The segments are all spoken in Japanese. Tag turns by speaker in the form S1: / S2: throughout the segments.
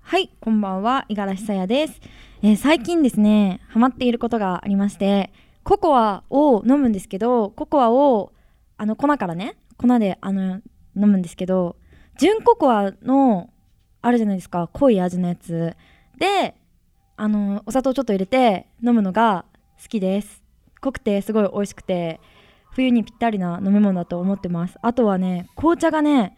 S1: はい、こんばんは、五十嵐さやです、えー最近ですね、ハマっていることがありまして、ココアを飲むんですけど、ココアをあの粉からね、粉であの飲むんですけど、純ココアのあるじゃないですか、濃い味のやつで、あのお砂糖ちょっと入れて飲むのが好きです。濃くてすごい美味しくて、冬にぴったりな飲み物だと思ってます。あとはね、紅茶がね、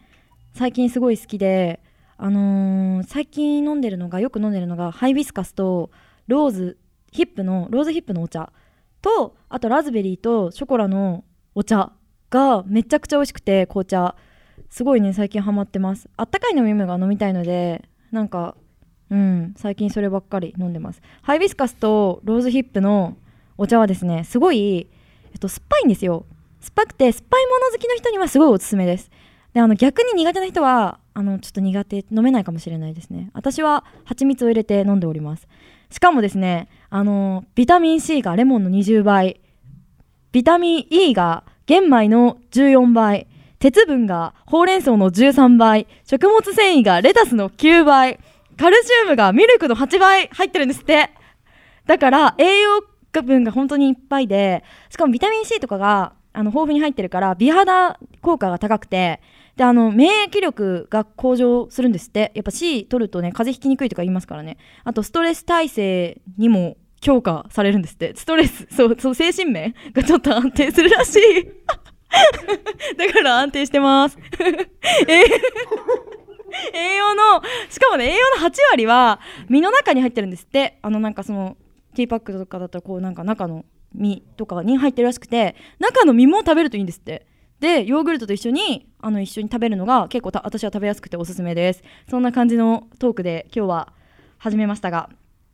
S1: 最近すごい好きで。あのー最近飲んでるのがよく飲んでるのがハイビスカスとローズヒップのローズヒップのお茶とあとラズベリーとショコラのお茶がめちゃくちゃ美味しくて紅茶すごいね最近ハマってますあったかい飲み物が飲みたいのでなんかうん最近そればっかり飲んでますハイビスカスとローズヒップのお茶はですねすごい、えっと、酸っぱいんですよ酸っぱくて酸っぱいもの好きの人にはすごいおすすめですであの逆に苦手な人はあのちょっと苦手飲めないかもしれないですね私は蜂蜜を入れて飲んでおりますしかもですねあのビタミン C がレモンの20倍ビタミン E が玄米の14倍鉄分がほうれん草の13倍食物繊維がレタスの9倍カルシウムがミルクの8倍入ってるんですってだから栄養分が本当にいっぱいでしかもビタミン C とかがあの豊富に入ってるから美肌効果が高くてであの免疫力が向上するんですってやっぱ C 取るとね風邪ひきにくいとか言いますからねあとストレス耐性にも強化されるんですってストレスそうそう精神面がちょっと安定するらしい だから安定してますえー栄養のしかもね栄養の8割は身の中に入ってるんですってあのなんかそのティーパックとかだったらこうなんか中の実とかに入ってるらしくて中の実も食べるといいんですってでヨーグルトと一緒にあの一緒に食べるのが結構た私は食べやすくておすすめですそんな感じのトークで今日は始めましたが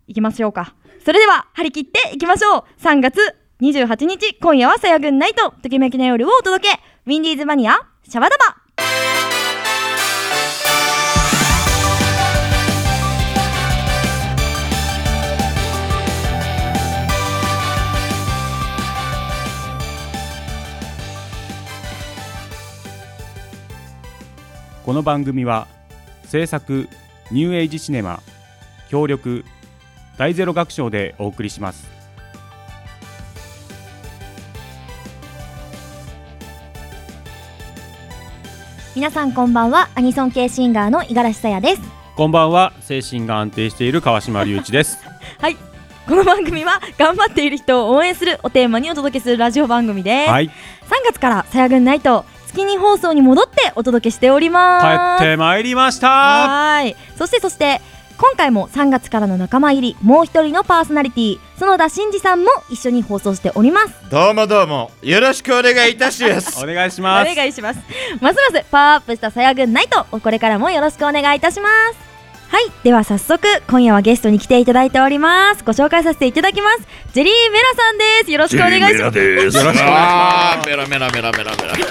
S1: いきましょうかそれでは張り切っていきましょう3月28日今夜はさやぐんナイトときめきの夜をお届けウィンディーズマニアシャバダバ
S2: この番組は制作ニューエイジシネマ協力大ゼロ学章でお送りします
S1: 皆さんこんばんはアニソン系シンガーの五十嵐さやです
S2: こんばんは精神が安定している川島隆一です
S1: はいこの番組は頑張っている人を応援するおテーマにお届けするラジオ番組です、
S2: はい帰
S1: 3月からさやぐんナイト月に放送に戻ってお届けしております
S2: ってまいりました
S1: はーいそしてそして今回も3月からの仲間入りもう一人のパーソナリティ園田真二さんも一緒に放送しております
S3: どうもどうもよろしくお願いいたします
S2: お願いし
S1: お
S2: ます
S1: 願いしますますますパワーアップしたさやぐんナイトをこれからもよろしくお願いいたしますはいでは早速今夜はゲストに来ていただいておりますご紹介させていただきますジェリーメラさんですよろしくお願いします
S4: です。よろしくお
S3: あーメラメラメラメラメラ
S4: 願いし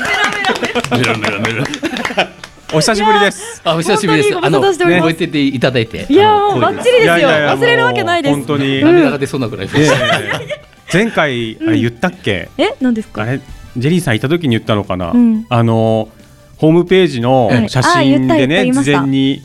S4: ます。メラメラメラ。
S2: お久しぶりです
S4: あ、お久しぶりです。
S1: 本当にご無沙汰しております
S4: 覚えてていただいて。
S1: いや
S4: あの
S1: ーもうバ
S4: 光栄
S1: ッ
S4: です
S1: チリです
S2: いや
S1: よ
S2: いやいや
S1: 忘れるわけないです
S2: もう本当に、
S1: うん
S4: 涙が出そうなぐらいで
S2: え
S4: す。
S2: ー前回あれ言ったっけ、
S1: え何です
S2: あ
S1: か
S2: れジェリーさんいた時に言ったのかな、
S1: うん
S2: あのホームページの
S1: はい
S2: 写
S1: あ言
S2: 真
S1: った
S2: で
S1: 言
S2: ね
S1: った
S2: 事前に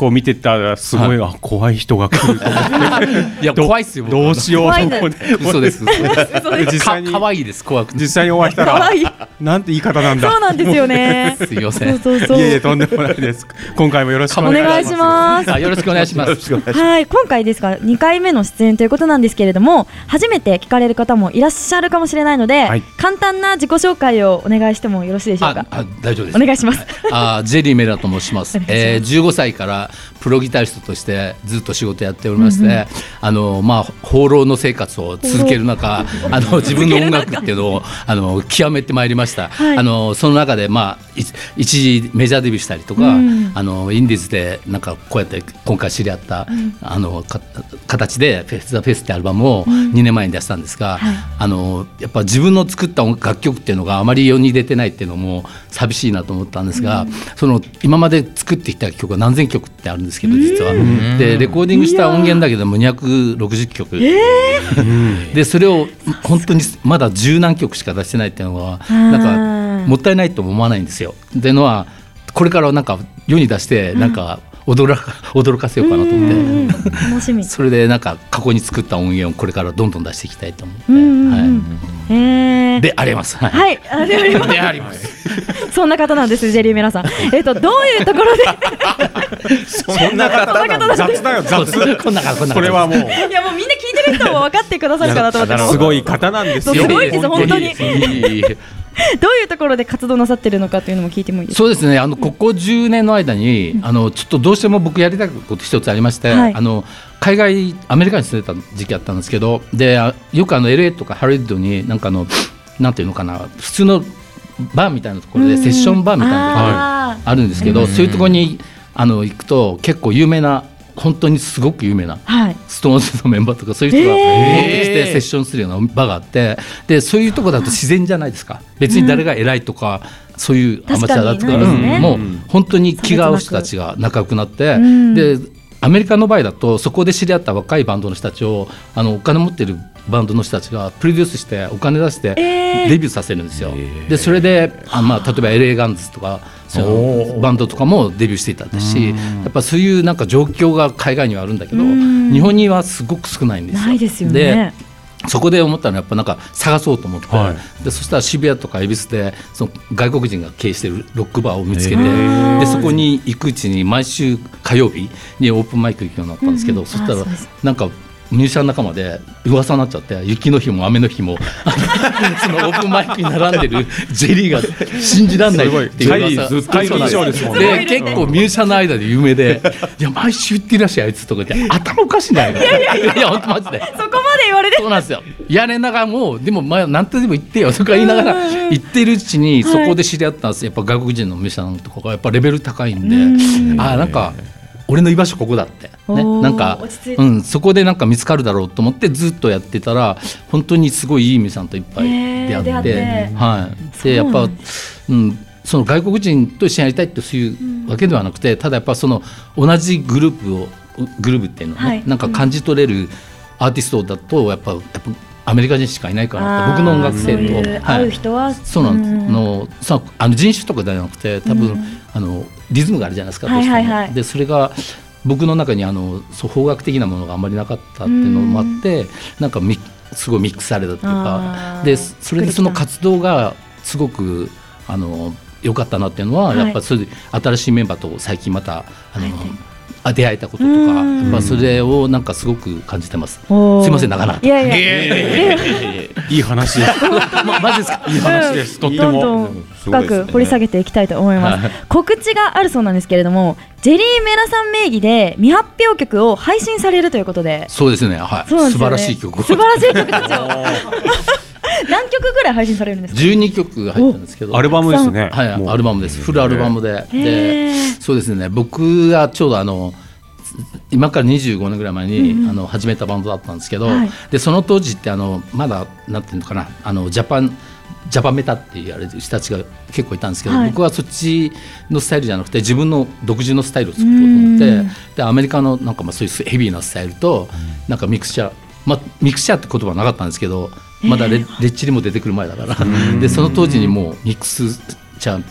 S2: こう見てたらすごい、あ怖い人が来ると思って
S4: いや、
S2: ど
S4: 怖いっすよ。僕
S2: どうしよう
S1: 怖い
S2: と
S1: ね
S2: 思って
S4: 嘘です。嘘 です
S2: 実
S4: か
S2: 際に
S4: 可愛いです。怖くて。
S2: 実際にお会いした
S1: 可
S2: ら
S1: 愛い
S2: なんて言い方なんだ
S1: そうなんですよね
S4: すいませ。
S1: そうんそう
S2: い
S1: そう
S2: やいやとんでもないです今回もよろしくお
S1: お
S2: 願いしま
S1: 願いします
S4: あ、よろしくお願いします。
S1: はい今回ですが2回目の出演ということなんですけれども初めて聞かれる方もいらっしゃるかもしれないので、
S2: はい
S1: 簡単な自己紹介をお願いしてもよろしいでしょうか
S4: あ、あ大丈夫です。
S1: お願いします
S4: あージェリー・メラと申します
S1: お願いします
S4: えー、15歳からプロギタリストとしてずっと仕事やっておりまして、あのまあ、放浪の生活を続ける中あの自分の音楽っていうのをあの極めてまいりました、
S1: はい
S4: あのその中で、まあ、い一時メジャーデビューしたりとか、
S1: うん
S4: あのインディーズでなんかこうやって今回知り合った、あのか形で「フェス・ザ・フェス」ってアルバムを2年前に出したんですが、
S1: はい
S4: あのやっぱ自分の作った音楽曲っていうのがあまり世に出てないっていうのも寂しいなと思ったんですが、その今まで作ってきた曲が何千曲ってあるんですけど実は、でレコーディングした音源だけでも260曲、でそれを本当にまだ十何曲しか出してないっていうのは
S1: ー
S4: なんかもったいないとも思わないんですよ。っていうのはこれからなんか世に出してなんか、驚か驚かせようかなと思って、
S1: うんうん楽し み。
S4: それでなんか過去に作った音源をこれからどんどん出していきたいと思って、
S1: うんうんう
S4: は
S1: んえー
S4: い、であります、はい
S1: はい、ありがとう ございます
S3: であります。
S1: そんな方なんです、ジェリーメラさん。えっと、どういうところで、
S3: そんな方なの
S2: 雑だよ
S4: そうで
S2: 雑
S4: すこんな感じこんな感じ
S2: これはもう
S1: いや、もうみんな聞いてる人も分かってくださるかなと思って、
S3: いや
S1: ど
S2: すごい方なんですよ
S1: すごいです本当に
S4: に
S1: ういうところで活動なさってるのかっていうのも聞いてもいいですか
S4: そうですねあのここ10年の間に、あのちょっとどうしても僕やりたいこと一つありまして、
S1: はい
S4: あの海外アメリカに住んでた時期あったんですけどであよくあの LA とかハリウッドになんかあのなんていうのかな普通のバーみたいなところでセッションバーみたいなところが
S1: な
S4: あるんですけど、
S3: うん
S4: そういうところにあの行くと結構有名な本当にすごく有名な
S1: はい。
S4: ストーンズのメンバーとかそういう人が
S1: え
S3: ー
S4: 持ってきてセッションするような場があってでそういうとこだと自然じゃないですか別に誰が偉いとか、そういうアマチュアだとか
S1: 確かにないですね
S4: もう
S2: うん
S4: 本当に気が合う人たちが仲良くなって、
S1: うん
S4: でアメリカの場合だとそこで知り合った若いバンドの人たちをあのお金持ってるバンドの人たちがプロデュースしてお金出して
S1: えー
S4: デビューさせるんですよ。
S3: えー
S4: でそれであ、まあ、例えば LA ガンズとかそ
S3: お
S4: の
S3: ー
S4: バンドとかもデビューしていたしやっぱそういうなんか状況が海外にはあるんだけど
S1: うん
S4: 日本にはすごく少ないんですよ。
S1: ないですよね。
S4: そこで思ったのはやっぱなんか探そうと思って、
S2: は
S4: でそしたら渋谷とか恵比寿でその外国人が経営しているロックバーを見つけて、
S2: へ
S1: ー
S4: でそこに行くうちに毎週火曜日にオープンマイク行くようになったんですけど、
S1: うん
S4: そしたら
S1: あそうです
S4: なんか入社の仲間で噂になっちゃって雪の日も雨の日もそのオープンマイクに並んでるジェリーが信じられないって
S2: すごい
S4: いう噂
S2: 怪異ず怪異
S4: そうなん
S2: 現象ですもんね
S4: で結構ミュージシャンの間で有名で「いや毎週行ってるらしいあいつ」とか言って頭おかしいんだよ。いやいや本当マジで
S1: そこまで言われて
S4: そ、うなんですよ。やれながらもうでもまあ何とでも言ってよとか言いながら言ってるうちに
S1: はい
S4: そこで知り合ったんです。やっぱ外国人のミュージシャンとかがやっぱレベル高いん
S1: う
S4: で、ああなんか俺の居場所ここだってね
S1: おー
S4: なんか
S1: 落ち着いて
S4: うんそこでなんか見つかるだろうと思ってずっとやってたら本当にすごいいいミュージシャンといっぱい出
S1: へー
S4: 会っ
S1: 出
S4: て
S1: 会って
S4: はい
S1: そう
S4: でやっ
S1: な
S4: ぱ
S1: ん
S4: うんその外国人と一緒にやりたいってそういうわけではなくてただやっぱその同じグループをグループっていうのはね、
S1: はい
S4: なんか感じ取れるアーティストだとやっぱやっぱアメリカ人しかいないかなって僕の音楽性
S1: あーそうい
S4: と
S1: う会
S4: は
S1: う
S4: い
S1: 人は、
S4: そうなんです、
S1: ん
S4: のそうあの人種とかじゃなくて多分、
S1: うん
S4: あのリズムがあるじゃないですか、
S1: はいはいは
S4: どうして
S1: い
S4: もでそれが僕の中にあのそう方角的なものがあんまりなかったっていうのもあって、なんかミすごいミックスされたっていう
S1: あ
S4: か
S1: ー
S4: でそれでその活動がすごくあの良かったなっていうのは、
S1: はい
S4: やっぱそれで新しいメンバーと最近またあの、
S1: はいはい
S4: あ出会えたこととか
S1: うん
S4: やっぱそれをなんかすごく感じてます。
S1: おー
S4: すいません長々と
S1: いやいや。
S2: いい話 です
S4: まマジですか
S2: いい話ですとっても
S1: どんどん深く掘り下げていきたいと思います
S4: は、い
S1: 告知があるそうなんですけれどもジェリーメラさん名義で未発表曲を配信されるということで
S4: そうですね、はい、
S1: そうなん
S4: 素
S1: ですよ
S4: 晴
S1: ね
S4: らしい曲を
S1: 素晴らしい曲ですよ何曲ぐらい配信されるんですか
S4: 12曲が入ったんですけど
S2: アルバムですね
S4: はいアルバムですフルアルバムで
S1: へ
S4: でそうですね僕がちょうどあの今から25年ぐらい前に、あの始めたバンドだったんですけど、
S1: はい
S4: でその当時ってあのまだなんていうのかなあのジャパンジャパメタって言われる人たちが結構いたんですけど、
S1: はい
S4: 僕はそっちのスタイルじゃなくて自分の独自のスタイルを作ろうと思っ
S1: うん
S4: てでアメリカのなんかまあそういうヘビーなスタイルとなんかミクスチャー、まあ、ミクスチャーって言葉はなかったんですけどまだレ,、レッチリも出てくる前だからでその当時にもうミクスチャー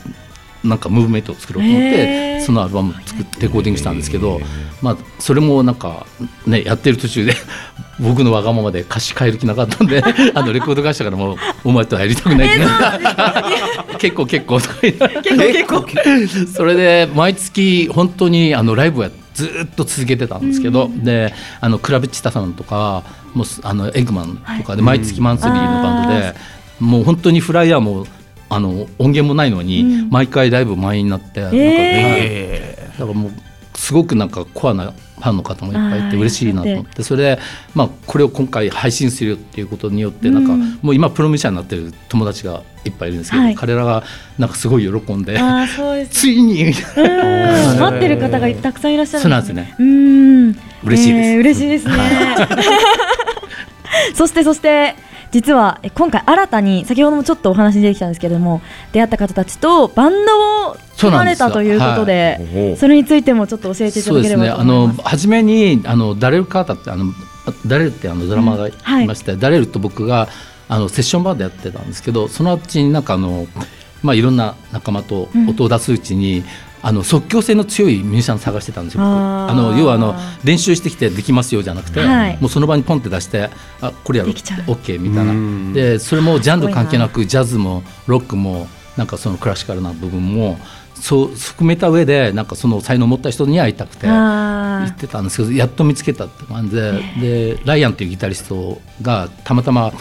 S4: なんかムーブメントを作ろうと思って、
S1: へー
S4: そのアルバムを作ってレコーディングしたんですけど、まあ、それもなんか、ね、やってる途中で 僕のわがままで歌詞変える気なかったんであのレコード会社からもう「お前とはやりたくない」って結構結構」とか言いながら
S1: 結構結構
S4: それで毎月本当にあのライブをやずーっと続けてたんですけど、であのクラブチタさんとかもうすあのエッグマンとかで毎月マンスリーのバンドで、
S1: あ
S4: もう本当にフライヤーもあの音源もないのに、
S1: うん
S4: 毎回ライブ満員になって、なんか
S1: え
S4: はいだからもうすごくなんかコアなファンの方もいっぱいいて
S1: あー
S4: 嬉しいなと思ってそれで、まあ、これを今回配信するよっていうことによってなんか、
S1: うん
S4: もう今プロミュージシャンになってる友達がいっぱいいるんですけど、
S1: はい
S4: 彼らがなんかすごい喜んで。
S1: あーそうです
S4: ついにみたいな
S1: うーん待ってる方がたくさんいらっしゃる
S4: そうなんですね
S1: うーん
S4: 嬉しいです
S1: えー嬉しいですね そしてそして実はえ今回新たに先ほどもちょっとお話に出てきたんですけれども出会った方たちとバンドを組まれたということでそ
S3: はい
S1: れについてもちょっと教えていた
S4: そう
S1: だ
S4: で
S1: けれ
S4: すね
S1: ばと
S4: あ
S1: 思い
S4: の
S1: ます
S4: 初めにあのダレル・カータってあのダレルってあのドラマが
S1: はい
S4: いまして、ダレルと僕があのセッションバーでやってたんですけどそのうちになんかあの、まあ、いろんな仲間と音を出すうちに、あの即興性の強いミュージシャンを探してたんですよ僕
S1: あー
S4: あの要はあの練習してきてできますよじゃなくて、
S1: はい
S4: もうその場にポンって出してあこれやろう
S1: できちゃう
S4: OK みたいな
S2: うん
S4: でそれもジャンル関係なくジャズもロックもなんかそのクラシカルな部分もそう含めた上でなんかその才能を持った人に会いたくて行
S1: あ
S4: ってたんですけどやっと見つけたって感じででライアンっていうギタリストがたまたま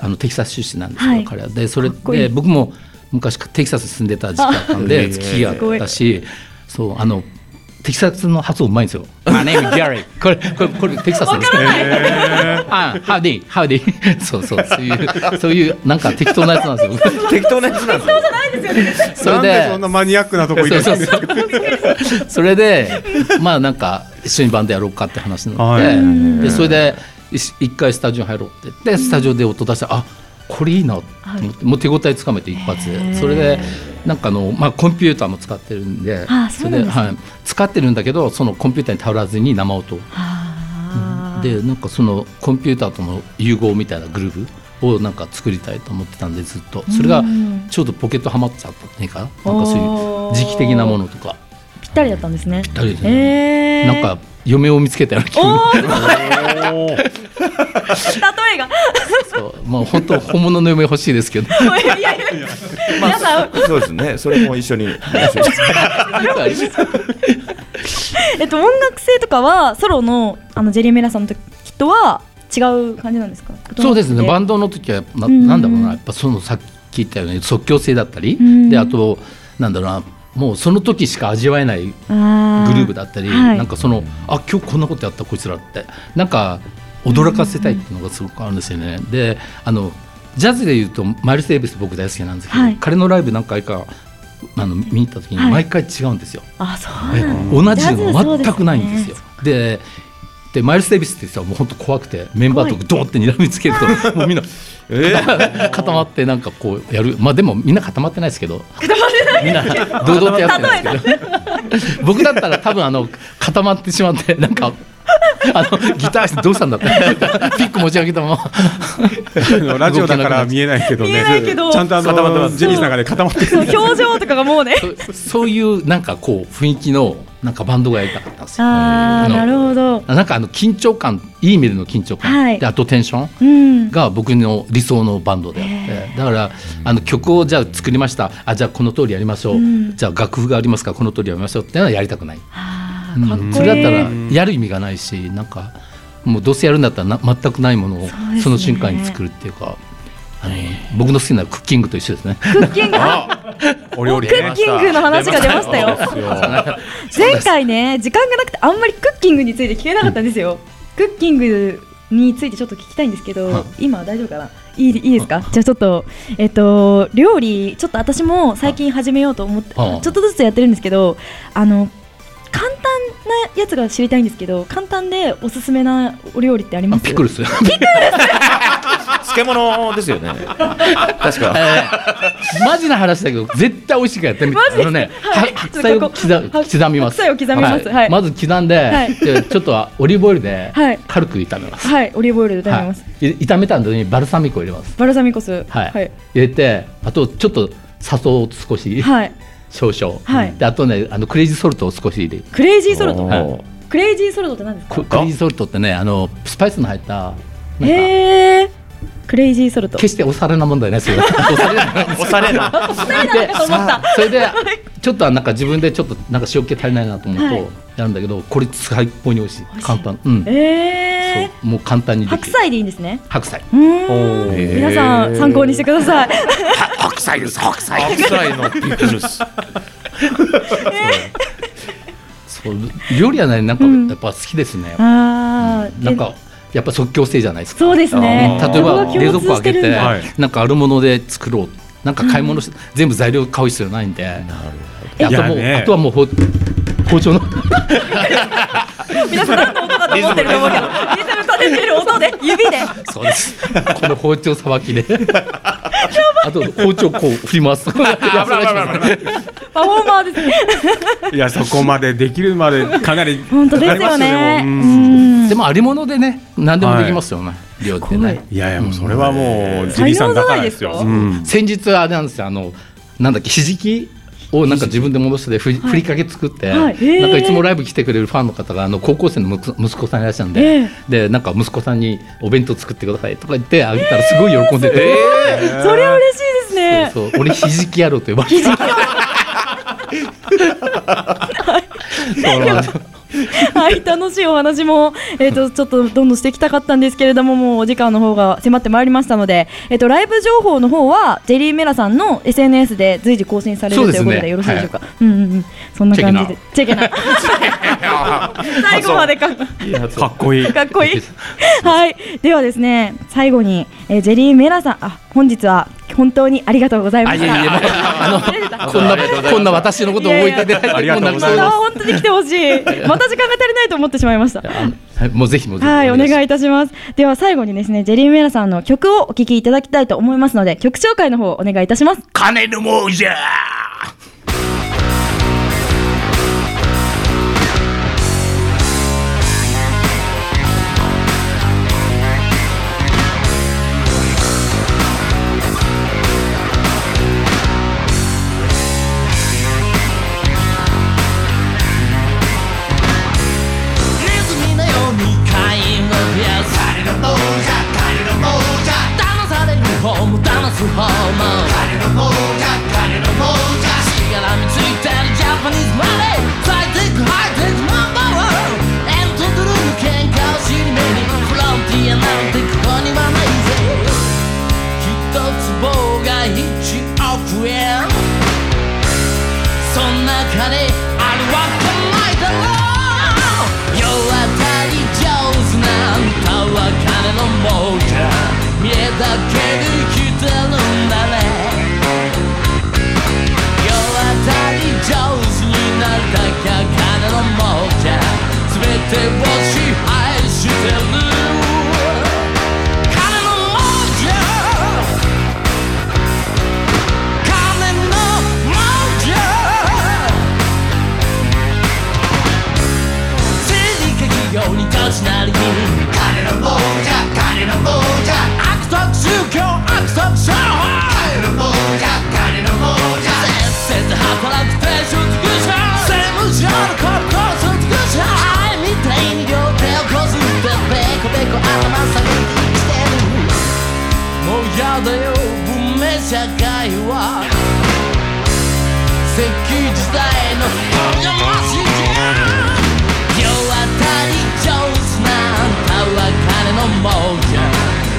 S4: あのテキサス出身なんですけど、
S1: はい
S4: 彼はでそれ
S1: かっこいい
S4: で僕も昔テキサスに住んでた時期だったんで
S3: あ
S4: 付き合ったしそうあのテキサスの発音うまいんですよ。
S3: My name is Gary.
S4: これこれこれテキサスですあ、ハウディ、ハウディ、 そうそう、そういう、そういう、なんか適当なやつなんですよ。
S3: 適当なやつなんですよ。
S4: それ
S2: なんでそん
S4: で、
S2: なマニアックなとこ行
S4: そう
S2: く
S4: そ
S2: んで
S4: う
S2: す
S4: そう。それで、まあ、なんか、一緒にバンドやろうかって話になって、
S2: はい
S4: で、それで、いし一回スタジオ入ろうって、で、スタジオで音出して、あ、これいいなと思って、もう手応えつかめて一発
S1: へー
S4: で、それで。なんかあの、まあ、コンピューターも使ってるんで、
S1: あそうなんですね
S4: はい、使ってるんだけど、そのコンピューターに頼らずに生音を。
S1: あ
S4: でなんかそのコンピューターとの融合みたいなグループをなんか作りたいと思ってたんでずっとそれが
S1: うん
S4: ちょうどポケットはまっちゃったっていうかなんかそう
S1: お
S4: いう
S1: ー
S4: 時期的なものとか
S1: ぴったりだったんですね。
S4: ったりですね
S1: えー、
S4: なんか嫁を見つけたような気分
S1: おー
S2: おー
S1: 例えが
S4: そうまあ本当本物の嫁欲しいですけど
S1: いやいやいや皆さん
S3: そうですね。それも一緒に。
S1: えっと音楽性とかはソロのあのジェリーメラさんの時とは違う感じなんですか
S4: そうですねバン
S1: ド
S4: ドの時はな
S1: うん
S4: なんだろうなやっぱそのさっき言ったように即興性だったり
S1: うん
S4: であとなんだろうなもうその時しか味わえない
S1: グルー
S4: グルーブだったり、
S1: はい
S4: なんかそのあ今日こんなことやったこいつらってなんか驚かせたいっていうのがすごくあるんですよね。であのジャズでいうとマイルス・デイビス僕大好きなんですけど、
S1: はい
S4: 彼のライブ何回かあの見に行った時に
S1: は
S4: 毎
S1: い
S4: 回違うんですよ。
S1: あそうなんだ
S4: 同じのが全くないんです
S1: ジャズそうで
S4: よ
S1: す。
S4: ででマイルス・デイビスって人はもう本当怖くてメンバーとドーンって睨みつけるともうみ んな固まってなんかこうやるまあでもみんな固まってないですけどみんな堂々とやってないですけど僕だったら多分あの固まってしまってなんかあのギターしてどうしたんだってピック持ち上げたまま
S2: あのラジオだから見えないけどね
S1: 見えないけど
S2: ちゃんとあ
S3: 固まってま
S2: の
S3: す
S2: ジェニーさんがね固まって
S1: そう表情とかがもうね
S4: そそういうなんかこう雰囲気のなんかバンドがやりたかったんですよ。
S1: あーなるほど
S4: なんかあの緊張感いい意味での緊張感、
S1: はい
S4: であとテンション
S1: うん
S4: が僕の理想のバンドであってだからあの曲をじゃあ作りましたあじゃあこの通りやりましょう、
S1: うん
S4: じゃあ楽譜がありますからこの通りやりましょうっていうのはやりたくない、
S1: あ
S4: う
S1: ー
S4: ん
S1: かっこいい
S4: それだったらやる意味がないしなんかもうどうせやるんだったらな全くないものを
S1: そうですね
S4: その瞬間に作るっていうかあの僕の好きなクッキングと一緒ですね。
S1: クッキング
S2: お料理
S1: クッ
S2: ね
S1: キングの話が出ましたよ前回ね時間がなくてあんまりクッキングについて聞けなかったんですよ、クッキングについてちょっと聞きたいんですけど、
S4: は
S1: 今は大丈夫かないいいいですかじゃあちょっとえっと料理ちょっと私も最近始めようと思ってちょ
S4: は
S1: っとずつやってるんですけどあの簡単なやつが知りたいんですけど簡単でおすすめなお料理ってあります
S4: ピクル ス
S3: 漬物ですよね。確か。
S4: マジな話だけど絶対美味しいからやってみて
S1: マジ
S4: あのね、
S1: はい
S4: は白菜を
S1: ちょっと
S4: 刻
S1: ここはい
S4: 刻みます
S1: 白菜を刻みますはい
S4: まず刻んで、
S1: はい
S4: でちょっとはオリーブオイルで
S1: はい
S4: 軽く炒めます、
S1: はいオリーブオイルで食
S4: は
S1: べ
S4: い
S1: ます、
S4: い炒めた後にバルサミコ入れます
S1: バルサミコ酢
S4: はい、
S1: はい
S4: 入れてあとちょっと砂糖を少し、
S1: はい
S4: 少々、
S1: はい
S4: であとねあのクレイジーソルトを少し入れる
S1: クレイジーソルト
S3: おー
S1: クレイジーソルトって何ですか
S4: ククレイジーソルトってねあのスパイスの入ったなんか
S1: へえクレイジーソルト
S4: 決してお皿なもんだよねそれ はお皿じゃない
S3: おしゃれな。
S4: で
S1: と思った
S4: それでちょっとはなんか自分でちょっとなんか塩気足りないなと思うと、
S1: はい
S4: やるんだけどこれ最高に美味しい
S1: 味しい
S4: 簡単うん、
S1: ええ
S4: そうもう簡単にできる
S1: 白菜でいいんですね
S4: 白菜
S1: うーん
S3: おー
S1: 皆さん参考にしてください
S4: 白菜です白菜
S3: 白菜のピクル ス。
S4: そう料理はねなんか
S1: うん
S4: やっぱ好きですね、
S1: あー
S4: なん
S1: で
S4: かやっぱ即興性じゃないですか
S1: そうですね
S3: あー
S4: 例えば
S1: ここが
S4: 冷蔵
S1: 共通
S4: 庫
S1: し
S4: 開け
S1: てるん
S4: て
S1: だ
S2: はい
S4: なんかあるもので作ろうなんか買い物して、全部材料買う必要ないんでであともう、
S2: いやね
S4: あとはもうほ包丁の
S1: 皆さん何の音だと思ってると思うけどリズム立ててる音で指で
S4: そうですこの包丁さばきであと包丁こう振ります
S1: パフォーマーですね
S2: いやそこまでできるまでかなり
S1: 本当で
S2: か
S1: す
S2: かりま
S1: よ
S2: した
S1: ね
S2: でも
S1: うん
S4: でもありものでね何でもできますよね、料理ってね
S2: うんいやいやもうそれはもうジェニーさんだからですよ
S1: 才能じゃ
S2: うん
S4: 先日あれなんですよあのなんだっけひじきをなんか自分で戻してふりふりかけ作って、
S1: はいへー
S4: なんかいつもライブ来てくれるファンの方があの高校生の息子息子さんいらっしゃるんで、
S1: ええ
S4: でなんか息子さんにお弁当作ってくださいとか言ってあげたらすごい喜んでて、
S1: それは嬉しいですね。
S4: そうそう俺ひじき野郎と呼ばれてた そうなんです
S1: はい、楽しいお話も、えっ、と、ちょっとどんどんしていきたかったんですけれども、もうお時間の方が迫ってまいりましたので。えっ、と、ライブ情報の方は、ジェリーメラさんの S. N. S. で随時更新される
S4: そう
S1: と
S4: で
S1: い
S4: す
S1: う
S4: ね
S1: ことで、よろしいでしょうか。うんうんうん、そんな感じで。チェケな。最後までか。
S2: かっこいい
S1: かっこいい。 はい、ではですね、最後に、えージェリーメラさん、あ、本日は本当にありがとうございま
S4: あ
S1: し
S4: いやいやい
S1: た。
S4: やあの
S1: ありがと
S4: こ
S1: う
S4: ん
S3: ありがとうございま
S4: な
S3: す
S4: こんな私のことを思い立てられ
S2: い
S4: て
S2: や
S4: も
S2: いうや
S4: 泣きそう
S1: ま
S4: に
S1: た
S4: な
S1: 本当に来てほしい。 また時間が足りないと思ってしまいました。
S4: あのもうぜひもうぜひ
S1: はい、お願いいたします。では最後にですね、ジェリーメラさんの曲をお聴きいただきたいと思いますので、曲紹介の方お願いいたします。
S4: 金の亡者
S5: ネズミのように飼いのピアス彼の亡者彼の亡者騙される方も騙す方も彼の亡者彼の亡者しがらみついてるジャパニーズマネー最低クハイテクナンバーワンエントドルの喧嘩をしに目にフロンティアなんてここにはないぜ一つ棒が一億円そんな金あるわけないだろう世当たり上手なんたは金の亡者見えだけで生きてるんだね世当たり上手になるだけは金の亡者全てを支配してる金の亡者金の亡者正義か企業に立ちなりに金の亡者金の亡者悪徳宗教悪徳商法金の亡者金の亡者せっせと働く定職者政務上の高校卒業者愛みたいに両手をこすってベコベコ頭下げて生きてるもうやだよ文明社会は石器時代のやましい世当たり上手なんたは金の亡者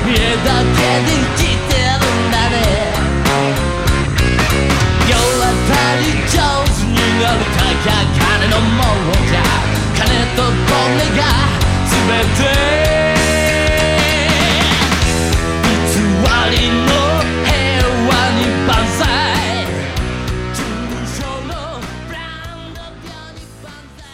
S5: 見えだけで生きてるんだね世当たり上手になるだけは金の亡者金と骨が全て偽りの平和に万歳中傷のブランド病に万歳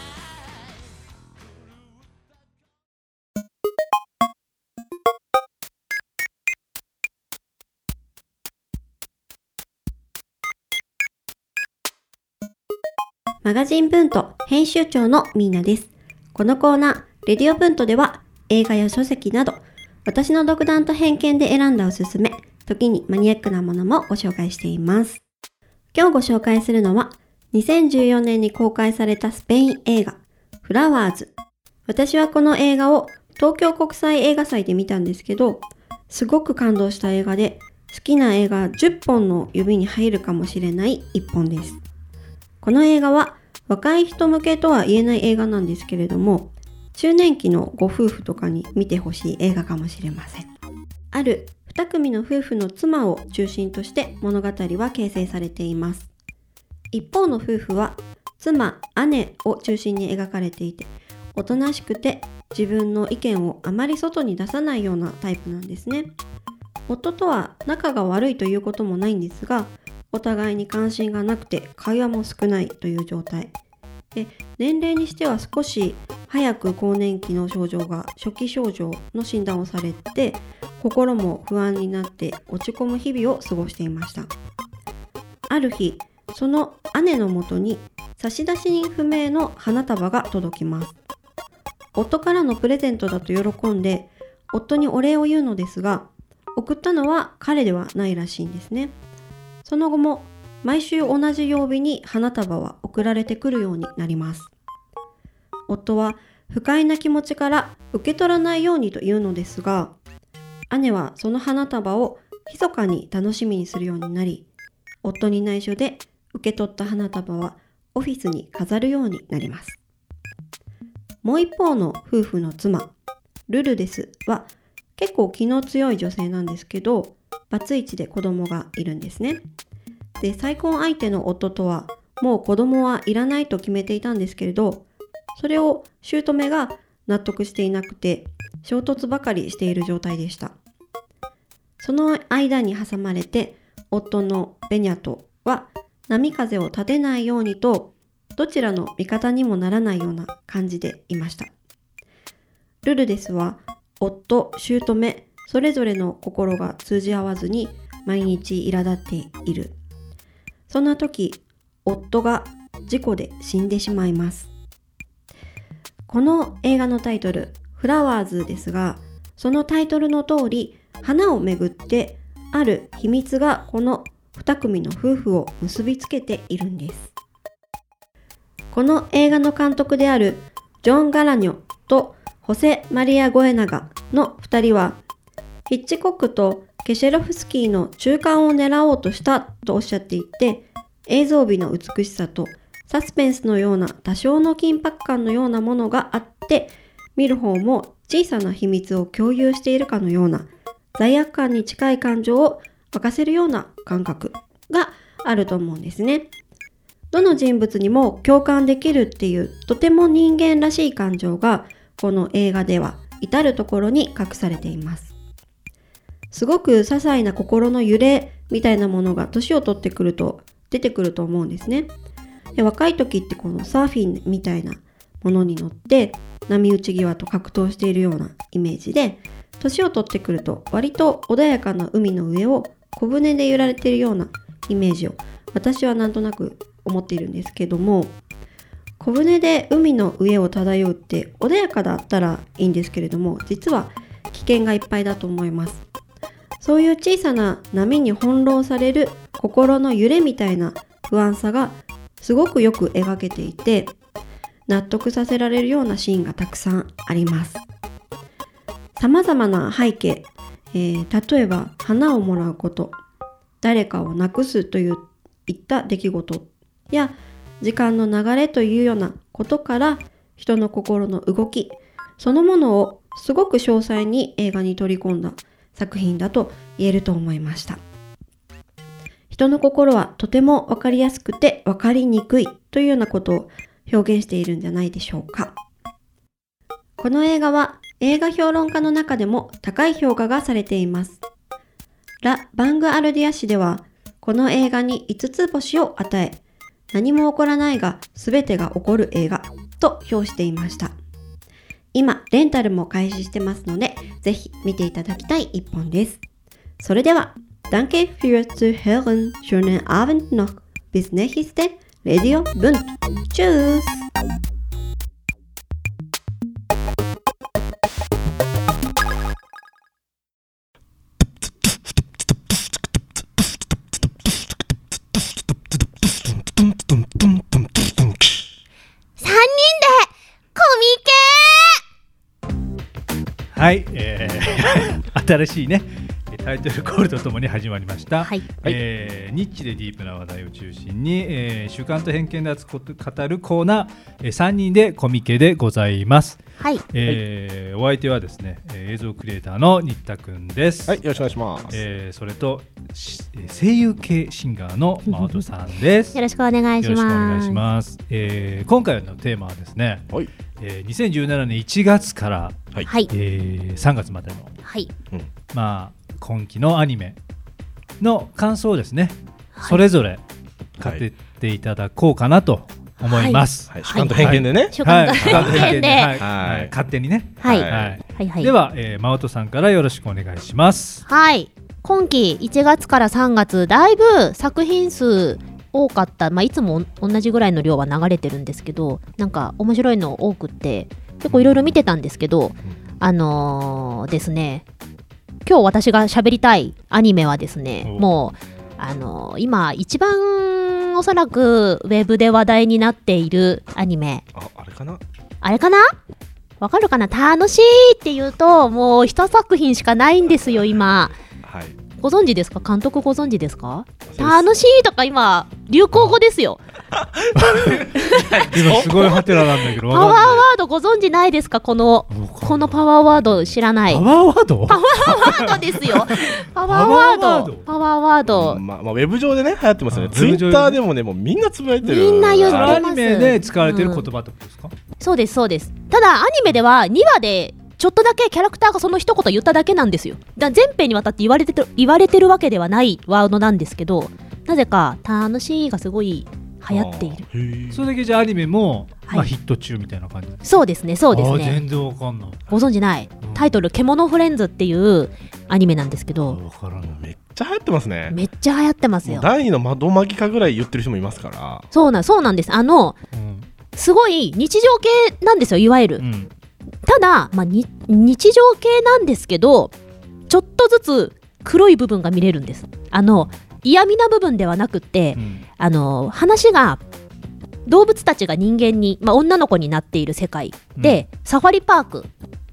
S6: マガジンブント編集長のミーナです。このコーナー、レディオブントでは映画や書籍など、私の独断と偏見で選んだおすすめ、時にマニアックなものもご紹介しています。今日ご紹介するのは、2014年に公開されたスペイン映画、フラワーズ。私はこの映画を東京国際映画祭で見たんですけど、すごく感動した映画で、好きな映画10本の指に入るかもしれない1本です。この映画は若い人向けとは言えない映画なんですけれども中年期のご夫婦とかに見てほしい映画かもしれませんある2組の夫婦の妻を中心として物語は形成されています一方の夫婦は妻姉を中心に描かれていておとなしくて自分の意見をあまり外に出さないようなタイプなんですね夫とは仲が悪いということもないんですがお互いに関心がなくて会話も少ないという状態で年齢にしては少し早く更年期の症状が初期症状の診断をされて心も不安になって落ち込む日々を過ごしていましたある日その姉のもとに差出人不明の花束が届きます夫からのプレゼントだと喜んで夫にお礼を言うのですが送ったのは彼ではないらしいんですねその後も毎週同じ曜日に花束は送られてくるようになります夫は不快な気持ちから受け取らないようにと言うのですが姉はその花束を密かに楽しみにするようになり夫に内緒で受け取った花束はオフィスに飾るようになりますもう一方の夫婦の妻ルルですは結構気の強い女性なんですけどバツイチで子供がいるんですねで再婚相手の夫とはもう子供はいらないと決めていたんですけれどそれを姑が納得していなくて衝突ばかりしている状態でしたその間に挟まれて夫のベニャトは波風を立てないようにとどちらの味方にもならないような感じでいましたルルデスは夫姑それぞれの心が通じ合わずに毎日苛立っているそんな時夫が事故で死んでしまいますこの映画のタイトル「フラワーズ」ですがそのタイトルの通り花をめぐってある秘密がこの2組の夫婦を結びつけているんですこの映画の監督であるジョン・ガラニョとホセ・マリア・ゴエナガの2人はヒッチコックとケシェロフスキーの中間を狙おうとしたとおっしゃっていて映像美の美しさとサスペンスのような多少の緊迫感のようなものがあって見る方も小さな秘密を共有しているかのような罪悪感に近い感情を沸かせるような感覚があると思うんですね。どの人物にも共感できるっていうとても人間らしい感情がこの映画では至るところに隠されています。すごく些細な心の揺れみたいなものが年を取ってくると出てくると思うんですね。で若い時ってこのサーフィンみたいなものに乗って波打ち際と格闘しているようなイメージで年を取ってくると割と穏やかな海の上を小舟で揺られているようなイメージを私はなんとなく思っているんですけども小舟で海の上を漂うって穏やかだったらいいんですけれども実は危険がいっぱいだと思いますそういう小さな波に翻弄される心の揺れみたいな不安さがすごくよく描けていて納得させられるようなシーンがたくさんあります様々な背景、えー例えば花をもらうこと誰かを亡くすといういった出来事や時間の流れというようなことから人の心の動きそのものをすごく詳細に映画に取り込んだ作品だと言えると思いました人の心はとても分かりやすくて分かりにくいというようなことを表現しているんじゃないでしょうかこの映画は映画評論家の中でも高い評価がされていますラ・バング・アルディア氏ではこの映画に5つ星を与え何も起こらないが全てが起こる映画と評していました今レンタルも開始してますのでぜひ見ていただきたい一本ですそれでは Danke fürs Zuhören schönen Abend noch bis nächste Radio Bund Tschüss
S7: 「
S8: はい、えー 新しいねタイトルコールとともに始まりました、
S7: はい
S8: えーニッチでディープな話題を中心に、えー、主観と偏見で熱く語るコーナー、えー、3人でコミケでございます、
S7: はい
S8: えーお相手はですね、えー映像クリエイターの新田くんです、
S9: はい、よろしくお願いします。
S8: えーそれとしえー声優系シンガーのマートさんです
S7: よろしくお願いし
S8: よろしくお願
S7: ま
S8: い
S7: す
S8: し」ます。えー今回のテーマはですね、
S9: はい
S8: えー2017年1月から、
S7: はい
S8: えー3月までの、
S7: はい
S8: まあ、今期のアニメの感想をですね、それぞれ語っていただこうかなと思います。
S9: はい、主観と偏見でね。
S7: 初感が偏見で
S8: はい
S9: はい
S8: はい勝手にね。
S7: はい
S9: はい
S8: はい
S7: はいはい
S8: では、えー、マオトさんからよろしくお願いします。
S7: はい今期1月から3月だいぶ作品数多かった、まあ、いつもお同じぐらいの量は流れてるんですけどなんか面白いの多くって結構いろいろ見てたんですけどあのーですね今日私が喋りたいアニメはですね
S8: お
S7: もうあのー今一番おそらくウェブで話題になっているアニメ
S9: ああれかな
S7: あれかなわかるかな楽しいって言うともう一作品しかないんですよ今
S9: はい
S7: ご存知ですか監督ご存知ですか楽しいとか今流行語ですよ
S8: 今すごいハテナなんだけど
S7: パワーワ
S8: わかんない
S7: ードご存知ないですかこのこのパワーワード知らない
S8: パワーワード
S7: パワーワードですよ。パワーワード。パワーワード。
S9: まあ、まあウェブ上でね流行ってますよね
S8: あ
S9: ツイ
S8: ウェブ上
S9: ッ
S8: で
S9: ターでもねもうみんなつぶやいてる
S7: みんな言っ
S8: そ
S7: て
S8: れ
S7: ま
S8: ア
S7: す
S8: ニメで使われてる言葉ってことですか、
S7: そうですそうです。ただアニメでは2話でちょっとだけキャラクターがその一言言っただけなんですよ。だから全編にわたって言われてて言われてるわけではないワードなんですけど、なぜか楽しいがすごい流行っている。
S9: る
S8: それだけじゃあアニメも、
S7: はい
S8: まあ、ヒット中みたいな感じ
S7: そうですねそうです
S8: あー
S7: ね。
S8: 全然わかんない
S7: ご存知ない。タイトル獣フレンズっていうアニメなんですけど、
S8: わからない
S9: めっちゃ流行ってますね
S7: めっちゃ流行ってます
S9: もう
S7: よ。
S9: 第二の窓マギかぐらい言ってる人もいますから
S7: そうなんそうなんです。あの
S8: うん
S7: すごい日常系なんですよいわゆる
S8: う。ん
S7: ただ、まあ、に日常系なんですけどちょっとずつ黒い部分が見れるんですあの嫌味な部分ではなくって、
S8: うん
S7: あの話が動物たちが人間に、まあ、女の子になっている世界で、サファリパーク、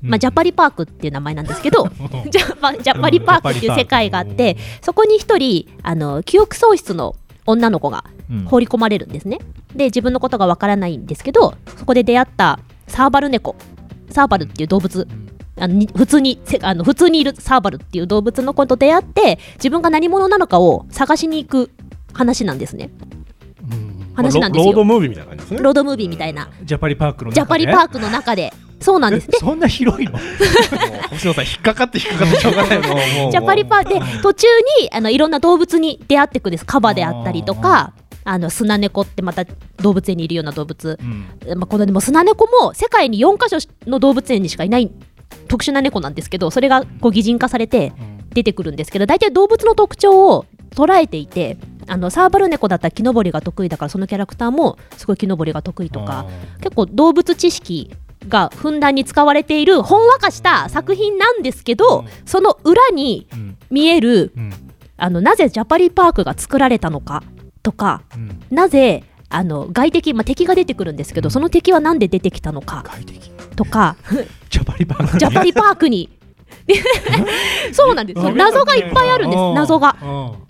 S7: まあ、ジャパリパークっていう名前なんですけ ど、ジャパジャパリパークっていう世界があってそこに一人あの記憶喪失の女の子が
S8: うん
S7: 放り込まれるんですね。で自分のことがわからないんですけどそこで出会ったサーバル猫サーバルっていう動物あのに普通にせあの普通にいるサーバルっていう動物の子と出会って自分が何者なのかを探しに行く話なんですね。話なんです
S9: まあロロード
S7: よ。
S9: ムービーみたいな感じですね
S7: ロードムービーみたいな、
S8: ジャパリパークの中で
S7: ジャパリパークの中でそうなんです。で
S8: えそんな広いの
S9: もう星野さん引っかかって引っかかってしょう がないもうもう
S7: ジャパリパーで途中にあのいろんな動物に出会っていくんですカバであったりとかあの砂猫ってまた動物園にいるような動物、まあ、このでも砂猫も世界に4か所の動物園にしかいない特殊な猫なんですけどそれがこう擬人化されて出てくるんですけど大体動物の特徴を捉えていてあのサーバル猫だったら木登りが得意だからそのキャラクターもすごい木登りが得意とか結構動物知識がふんだんに使われているほんわかした作品なんですけど、
S8: うん
S7: その裏に
S8: うん
S7: 見える
S8: うん
S7: あのなぜジャパリパークが作られたのかとか
S8: うん
S7: なぜあの外敵、まあ、敵が出てくるんですけどその敵は何で出てきたのか
S8: 快適
S7: とか
S8: ジャパリパーク
S7: ジャパリパークに そうなんですそう謎がいっぱいあるんです謎が。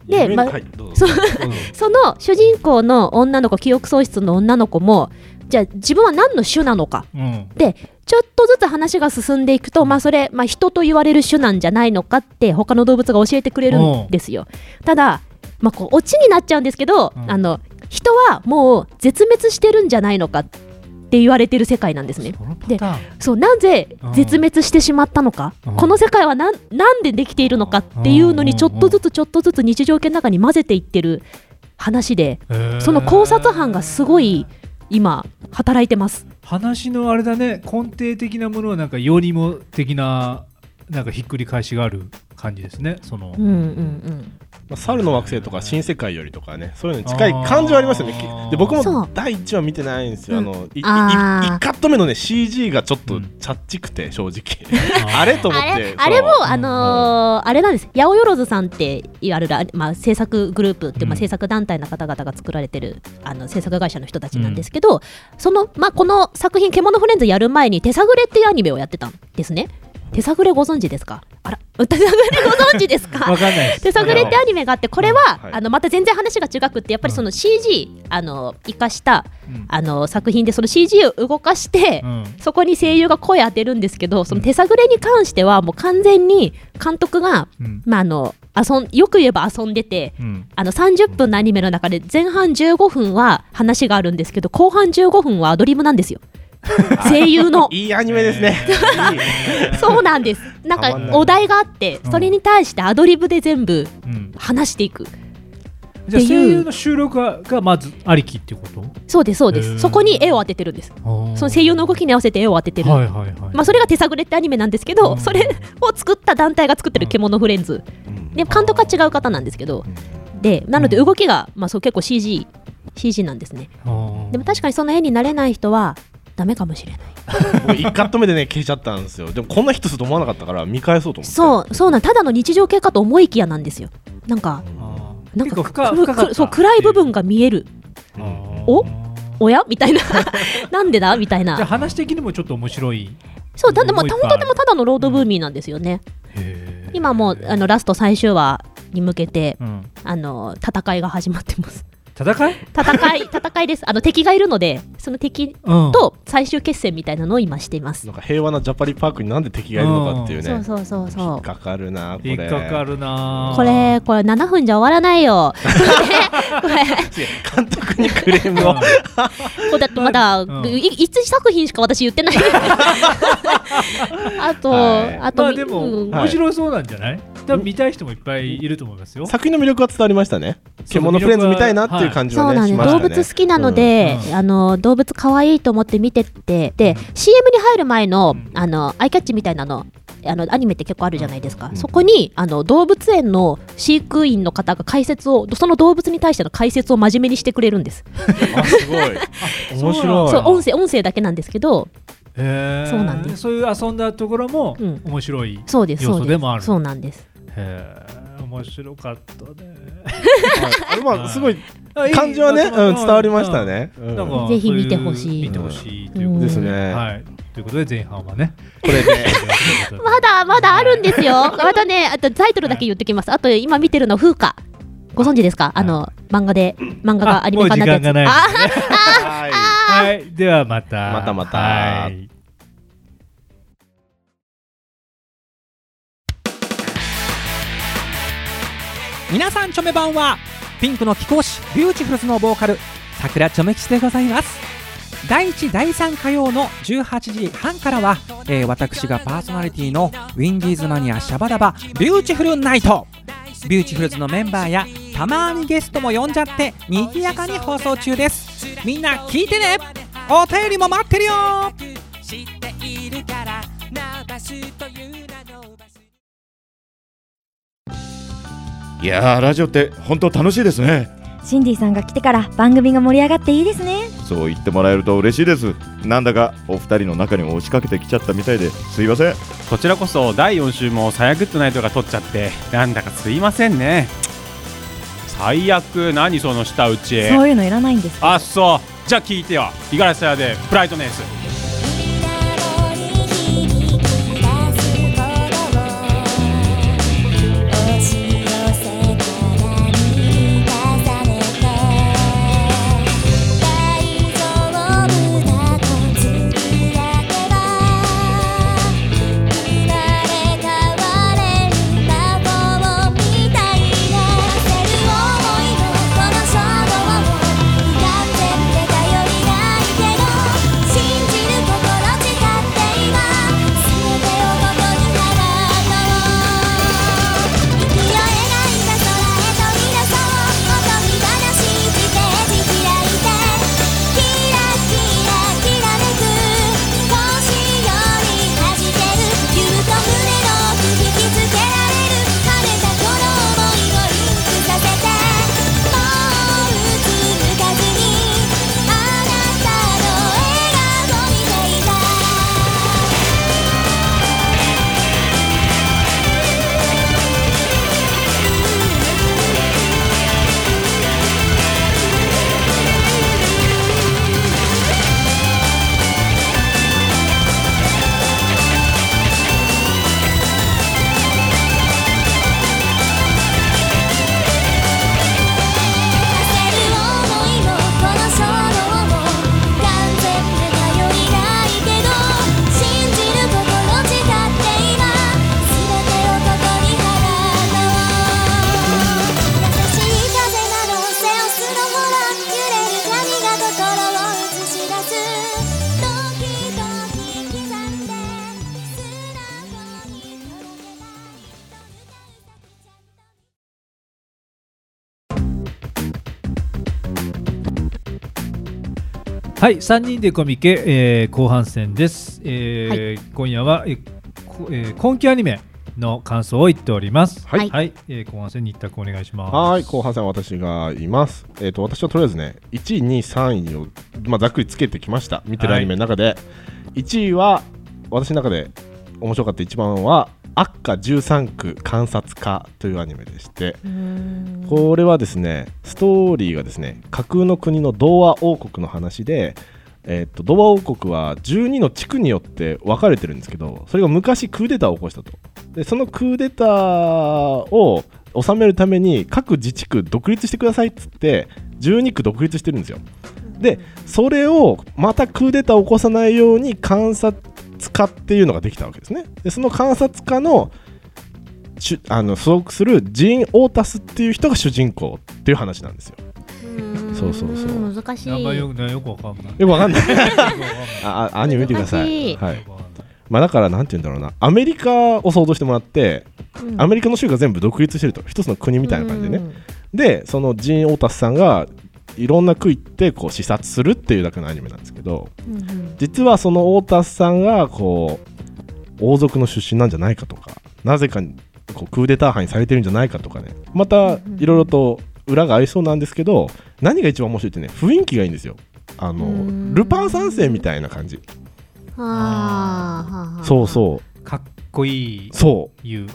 S7: で、まあ
S9: はいどうぞ
S7: そう その主人公の女の子記憶喪失の女の子もじゃあ自分は何の種なのか
S8: うん
S7: でちょっとずつ話が進んでいくと、まあ、それ、まあ、人と言われる種なんじゃないのかって他の動物が教えてくれるんですよただ、まあ、こうオチになっちゃうんですけど、
S8: うん
S7: あの人はもう絶滅してるんじゃないのかって言われてる世界なんですね
S8: このパターン
S7: そうなぜ
S8: うん
S7: 絶滅してしまったのか、
S8: うん
S7: この世界はなんなんでできているのかっていうのにちょっとずつちょっとずつ日常系の中に混ぜていってる話で
S8: へー
S7: その考察班がすごい今働いてます
S8: 話のあれだね根底的なものはなんかよりも的ななんかひっくり返しがある感じですねその、
S7: うんうんうん
S9: まあ猿の惑星とか新世界よりとかねそういうのに近い感じはありますよね
S8: あー
S9: きで僕
S7: そ
S9: も
S7: う
S9: 第1話見てないんですよ、
S7: うん
S9: あのいいい一
S7: あー
S9: カット目のね CG がちょっと
S8: う
S9: チ
S8: ん
S9: ャッチくて正直
S8: ー
S9: あれと思っ
S7: あ
S9: て
S7: れあれも、
S9: そう
S7: あのーあれなんです、八百万さんっていわれる、あまあ、制作グループって、ま
S8: う
S7: あ、
S8: ん
S7: 制作団体の方々が作られてる、あの制作会社の人たちなんですけど、そのまあ、この作品、獣フレンズやる前に、手探れっていうアニメをやってたんですね。手探れご存知ですかあら、手探れご存知ですか
S8: わかんないです
S7: 手探れってアニメがあってこれは、
S9: はい
S7: あのまた全然話が違くってやっぱりその CG あの生かした、
S8: うん
S7: あの作品でその CG を動かして、
S8: うん
S7: そこに声優が声当てるんですけどその手探れに関してはもう完全に監督が、
S8: うん
S7: まあ、あの遊んよく言えば遊んでて。
S8: うん
S7: あの30分のアニメの中で前半15分は話があるんですけど後半15分はアドリブなん ですよ声優の
S9: いいアニメですね
S7: そうなんですなん
S9: たまん
S7: か
S9: ない
S7: お題があってそれに対してアドリブで全部
S8: うん
S7: 話していく
S8: じゃ
S7: ってい
S8: あ
S7: う
S8: 声優の収録ががまずありきっていうこと
S7: そうですそうで
S8: へー
S7: すそこに絵を当ててるんですその声優の動きに合わせて絵を当ててる、
S8: はいはいはい、
S7: まあ、それが手探れってアニメなんですけど、
S8: うん
S7: それを作った団体が作ってる「獣フレンズ」で監督は違う方なんですけどでなので
S8: う
S7: 動きが、まあ、そう結構 CGCG なんですね
S8: あー
S7: でも確かにその絵になれない人はダメかもしれない
S9: 僕1カット目でね消えちゃったんですよでもこんなヒットすると思わなかったから見返そうと思って
S7: そうそうなんただの日常系かと思いきやなんですよなんか
S8: あー
S7: なん
S8: 結構
S7: か
S8: 深
S7: く
S8: 深かった
S7: くそう暗い部分が見えるおおやみたいな なんでだみたい
S8: じゃあ
S7: な
S8: 話的にもちょっと面白い
S7: そうだでも
S8: もう
S7: 本
S8: 一
S7: 当
S8: 本
S7: にでもただのロードブーミーなんですよね今もうあのラスト最終話に向けて
S8: うん
S7: あの戦いが始まってます
S8: 戦い
S7: 戦い戦いですあの敵がいるのでその敵
S8: うん
S7: と最終決戦みたいなのを今しています、
S9: なんか平和なジャパリパークになんで敵がいるのかっていうね。
S7: そうそうそう
S9: 引
S7: そ
S9: っ
S7: う
S9: かかるな、これ。
S8: 引っかかるなぁ
S7: これこれ7分じゃ終わらない よこれ
S9: 監督にクレームを。
S7: これだってまだ、
S8: うん
S7: い1作品しか私言ってない あと、
S9: はい
S7: あと、
S8: まあでも
S7: うん
S8: 面白そうなんじゃない多分見たい人もいっぱいいると思いますよ
S9: 作品の魅力は伝わりましたね。
S8: そう
S9: 獣フレンズ見たいなっていう感じ
S7: そ
S9: は
S7: う
S9: ね、
S7: なん
S9: し
S7: です、
S9: ました
S7: 動
S9: ね。
S7: 物好きなので、
S8: うん
S7: あの動物可愛いと思って見てってで CM に入る前の
S8: うん
S7: あのアイキャッチみたいなのあのアニメって結構あるじゃないですか、そこにあの動物園の飼育員の方が解説をその動物に対しての解説を真面目にしてくれるんです、
S9: うん。あ、すごい。面白い。
S7: そう音声音声だけなんですけど
S8: へー
S7: そうなんです
S8: そういう遊んだところも
S7: うん
S8: 面白い、
S7: そうです
S8: 要
S7: そ
S8: 素
S7: う
S8: ですもある
S7: そうなんです
S8: へー面白かったね
S9: はいまあ、すごい
S8: あいい
S9: 感じはね、
S8: まあ
S9: うん、伝わりましたね。う
S8: うん
S9: ん
S8: なん
S9: こ
S8: か
S7: ぜひ見てほしい
S8: そうう見てほしいということ
S9: ですね
S8: はいということで前半はね
S9: れで、
S7: まだまだあるんです よ。またね、あとタイトルだけ言ってきます。あと今見てるの風花。ご存知ですか？あの漫画で漫画がアニメ化になったやつ。
S8: あ
S7: あ、
S9: はい
S8: はいではまた
S9: またまた
S8: はい
S10: 皆さんチョメ版はピンクの貴公子ビューティフルズのボーカル桜チョメ吉でございます第1第3火曜の18時半からは、えー私がパーソナリティのウィンディーズマニアシャバダバビューティフルナイトビューティフルズのメンバーやたまにゲストも呼んじゃって賑やかに放送中ですみんな聞いてねお便りも待ってるよ
S3: いやーラジオって本当楽しいですね
S1: シンディさんが来てから番組が盛り上がっていいですね
S3: そう言ってもらえると嬉しいですなんだかお二人の中にも押しかけてきちゃったみたいですいません
S2: こちらこそ第4週も「最悪グッドナイト」が取っちゃってなんだかすいませんね最悪何その舌打ち
S1: そういうのいらないんです
S2: あっそうじゃあ聞いてよ五十嵐さやでブライトネス
S8: はい、三人でコミケ、えー後半戦です。えー今夜は、えーこえー今期アニメの感想を言っております。
S9: はい
S8: えー後半戦に一択お願いします。
S9: はーい、後半戦は私がいます。えっ、と、私はとりあえずね、1位、2位、3位を、まあ、ざっくりつけてきました。見てるアニメの中で。1位は、私の中で面白かった一番は、 「悪化13区観察家」というアニメでしてこれはですねストーリーがですね架空の国の童話王国の話で、えーっと童話王国は12の地区によって分かれてるんですけどそれが昔クーデターを起こしたとでそのクーデターを収めるために各自治区独立してくださいっつって12区独立してるんですよでそれをまたクーデターを起こさないように観察家っていうのができたわけですねでその観察家の主あの所属するジーン・オータスっていう人が主人公っていう話なんですよそうそうそう
S7: 難しい
S8: 名前よくねよくわかんない。
S9: よくわかんな い
S8: よくわかんない
S9: ああアニメ見てくださ
S7: 難
S9: い、
S7: しい
S9: はいまあ、だからなんて言うんだろうなアメリカを想像してもらって、
S7: うん
S9: アメリカの州が全部独立してると一つの国みたいな感じでね、でそのジーン・オータスさんがいろんな区行ってこう視察するっていうだけのアニメなんですけど
S7: うんうん
S9: 実はそのオータスさんがこう王族の出身なんじゃないかとかなぜかこうクーデター派にされてるんじゃないかとかねまたいろいろと裏がありそうなんですけど何が一番面白いってね雰囲気がいいんですよあ
S7: うん
S9: のルパン三世みたいな感じ
S7: あーはあはあ
S9: そうそ
S8: かっこいいう
S9: そう
S8: いう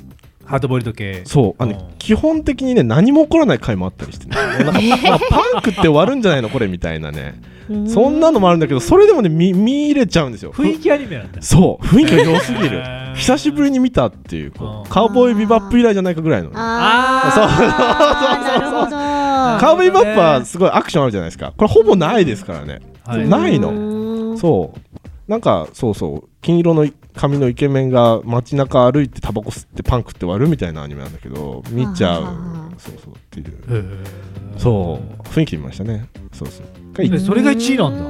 S8: ハードボイルド系。
S9: そうあの、
S8: うん
S9: 基本的にね何も起こらない回もあったり してねなんか、まあパンクって終わるんじゃないのこれみたいなね
S7: うん
S9: そんなのもあるんだけどそれでもね見見入れちゃうんですよ
S8: 雰囲気アニメなんだ。
S9: そう雰囲気が良すぎる
S8: へー
S9: 久しぶりに見たっていうこ
S8: うん
S9: うカウボーイビバップ以来じゃないかぐらいの
S7: あー
S9: そうそうそう そう
S7: なる
S9: カウボーイビバップはすごいアクションあるじゃないですかこれほぼないですからね
S8: はい
S7: ほど
S9: ないの
S7: うん
S9: そうなんかそうそう金色の髪のイケメンが街中歩いてタバコ吸ってパン食って割るみたいなアニメなんだけど見ち
S7: あ
S9: ゃ
S7: はは
S9: うそうそうっていう
S8: へー
S9: そう雰囲気見ましたねそうそうがいい
S8: えそれが1位なんだ。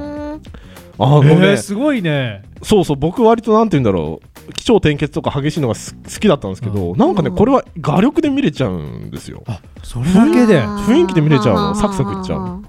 S9: あーごめん、
S8: えーすごいね。
S9: そうそう僕割となんて言うんだろう気象転結とか激しいのがす好きだったんですけど、なんかね
S7: うん
S9: これは画力で見れちゃうんですよ
S8: あそれだけで。
S7: あー
S9: 雰囲気で見れちゃうの
S7: はあはあはあ
S9: サクサクいっちゃう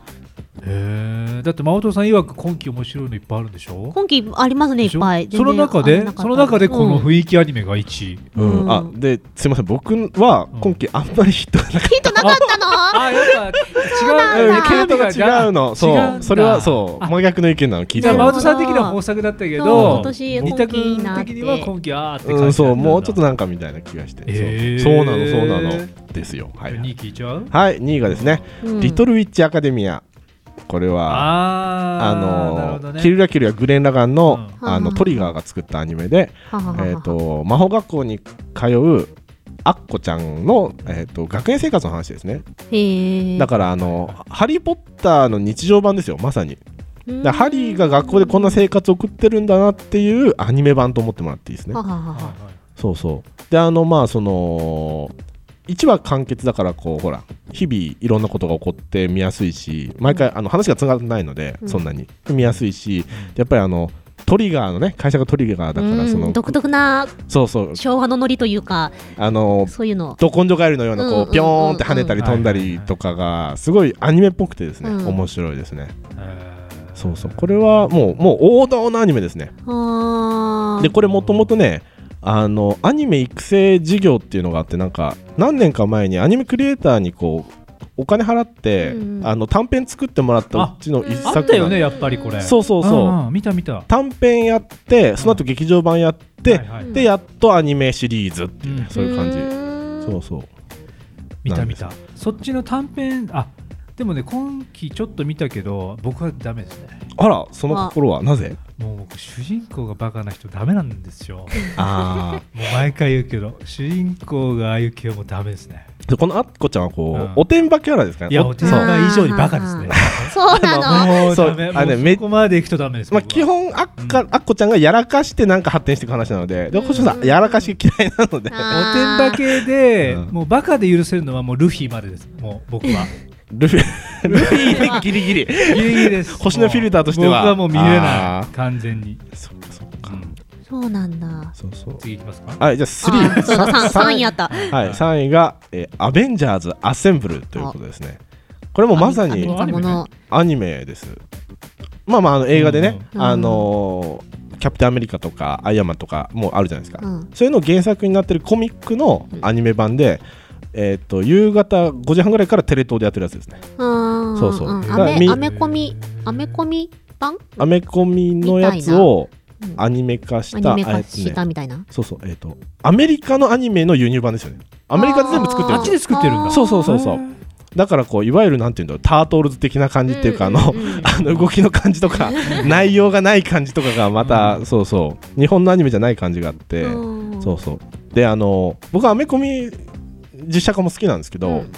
S8: へえ。だって真央さん曰く今期面白いのいっぱいあるんでしょ
S7: 今期ありますねい
S8: でし
S7: っ
S8: ょ
S7: ぱい
S8: その中
S7: 全然あん
S8: で
S7: なかった
S8: その中でこの
S7: うん
S8: 雰囲気アニメが1位。
S9: うん
S7: うん
S9: あですいません僕は今期あんまりヒットがなかっ
S7: ヒントなかったの
S8: あや
S9: た、
S8: っぱ
S9: う
S8: 違
S9: ん、系統が違う
S8: う。
S9: の
S8: 違
S9: そ
S8: うんだ
S9: うそれはそう
S8: あ
S9: 真逆の意見なの聞い
S8: じゃ
S9: た
S8: あ、
S7: な
S8: マ
S7: るほ
S8: ウ
S7: ど
S9: の
S8: トさん的には豊作だったけ
S7: そう
S8: ど
S7: 今、年
S8: 二
S7: 本気にな
S8: 択
S7: っ
S8: 的
S7: て
S8: には今期あーって感じ
S9: う
S8: なんんだ
S9: そうもうちょっとなんかみたいな気がして、
S8: へー
S9: そうそうなのそうなのですよはい
S8: 2位聞いちゃう
S9: はい2位がですね、
S7: うん
S9: リトルウィッチアカデミアこれはあ
S8: あーなる
S9: の
S8: ほどね
S9: キルラキルやグレン・ラガンの,、
S7: うん
S9: あ
S7: はあは
S9: の
S7: あ
S9: トリガーが作ったアニメで、
S7: はははは
S9: えー、と魔法学校に通うアッコちゃんの、えー、と学園生活の話ですね
S7: へえ
S9: だからあの「ハリー・ポッター」の日常版ですよまさにだからハリーが学校でこんな生活を送ってるんだなっていうアニメ版と思ってもらっていいですね
S7: はははは
S9: そうそうであのまあその1話完結だからこうほら日々いろんなことが起こって見やすいし毎回あの話がつながってないので、
S7: うん
S9: そんなに見やすいしやっぱりあのトリガーのね会社がトリガーだからその、
S7: うん独特な
S9: そうそう
S7: 昭和のノリというか
S9: あの
S7: そういうの
S9: ど根性ガエルのような
S7: うんうんうんう
S9: こ
S7: ん
S9: うピョーンって跳ねたり飛んだ
S8: はいはい
S9: り
S8: はい
S9: とかがすごいアニメっぽくてですね、
S7: うん
S9: 面白いですね
S8: えー
S9: そうそうこれはもうもう王道のアニメですね
S7: あー
S9: でこれもともとねあのアニメ育成事業っていうのがあってなんか何年か前にアニメクリエイターにこうお金払って、
S7: うん
S9: あの短編作ってもらったうちの一
S8: あ
S9: 作
S8: ったよ
S9: が
S8: ね、やっぱりこれ。
S9: そうそうそう、
S8: んん見た見た。
S9: 短編やってその後劇場版やって、
S8: はいはい
S9: でやっとアニメシリーズっていうね、
S8: うん
S9: そういう感じ
S7: うーん
S9: そうそう
S8: 見た見た。そっちの短編、あでもね、今期ちょっと見たけど、僕はダメですね。
S9: あらその心はなぜ
S8: もう僕、主人公がバカな人、ダメなんですよ。
S9: あ
S8: もう毎回言うけど、主人公がああいう系はもうダメですね。
S9: あこのあっこちゃんはこう、
S8: うん
S9: おてんばキャラですかね
S8: いや、
S9: お
S8: お手玉以上にバカですね。
S7: そうなの
S8: もう
S9: そう
S8: ダメ。も
S9: あの
S8: う
S9: め
S8: そこまで行くとダメです。
S9: まあ、
S8: 僕は
S9: 基本あっか、あっこちゃんがやらかしてなんか発展していく話なのでで
S7: うん
S9: 星野さんやらかし嫌いなので
S8: おてんば系で、
S9: うん
S8: もうバカで許せるのはもうルフィまでです。もう僕は。
S9: ルフィルフィギリギリ
S8: ギリギリです。
S9: 星のフィルターとしては
S8: 僕はもう見れな
S9: あ
S8: い。完全に。
S9: そっかそっ
S8: う
S9: か、
S8: ん
S7: そうなんだ
S9: そうそう
S8: 次行きますか。
S9: はいじ
S7: あ
S9: ゃあ
S7: ーそうだ
S9: 3
S7: 3, 三位やった
S9: はい、3位が、えーアベンジャーズ・アッセンブル」ということですねこれもまさに
S7: あ見たもの
S9: アニメですまあまああの映画でね、
S7: うん
S9: あのーキャプテンアメリカとかアイアンマンとかもうあるじゃないですか、
S7: うん
S9: そういうのを原作になってるコミックのアニメ版で、えー、と夕方5時半ぐらいからテレ東でやってるやつですね
S7: うん
S9: そうそう
S7: うん
S9: だ
S7: ア
S9: から
S7: メ
S9: み
S7: アメコミアメコミ版
S9: アメコミのやつを
S7: うん
S9: アニメ化し
S7: ア
S9: た
S7: ニメ化
S9: え
S7: し
S9: っと
S7: た
S9: ね
S7: みたいな。
S9: そうそうえっ、とアメリカのアニメの輸入版ですよねアメリカで全部作ってるん
S8: あ
S9: で
S8: っ
S9: す
S8: ち
S9: よ
S8: で作ってるんだ
S9: そうそうそうそうだからこういわゆるなんていうんだろうタートルズ的な感じっていうかあの、
S7: うんうんうん
S9: あの動きの感じとか内容がない感じとかがまた、そうそう日本のアニメじゃない感じがあって、
S7: うん
S9: そうそうであの僕はアメコミ実写化も好きなんですけど、
S7: うん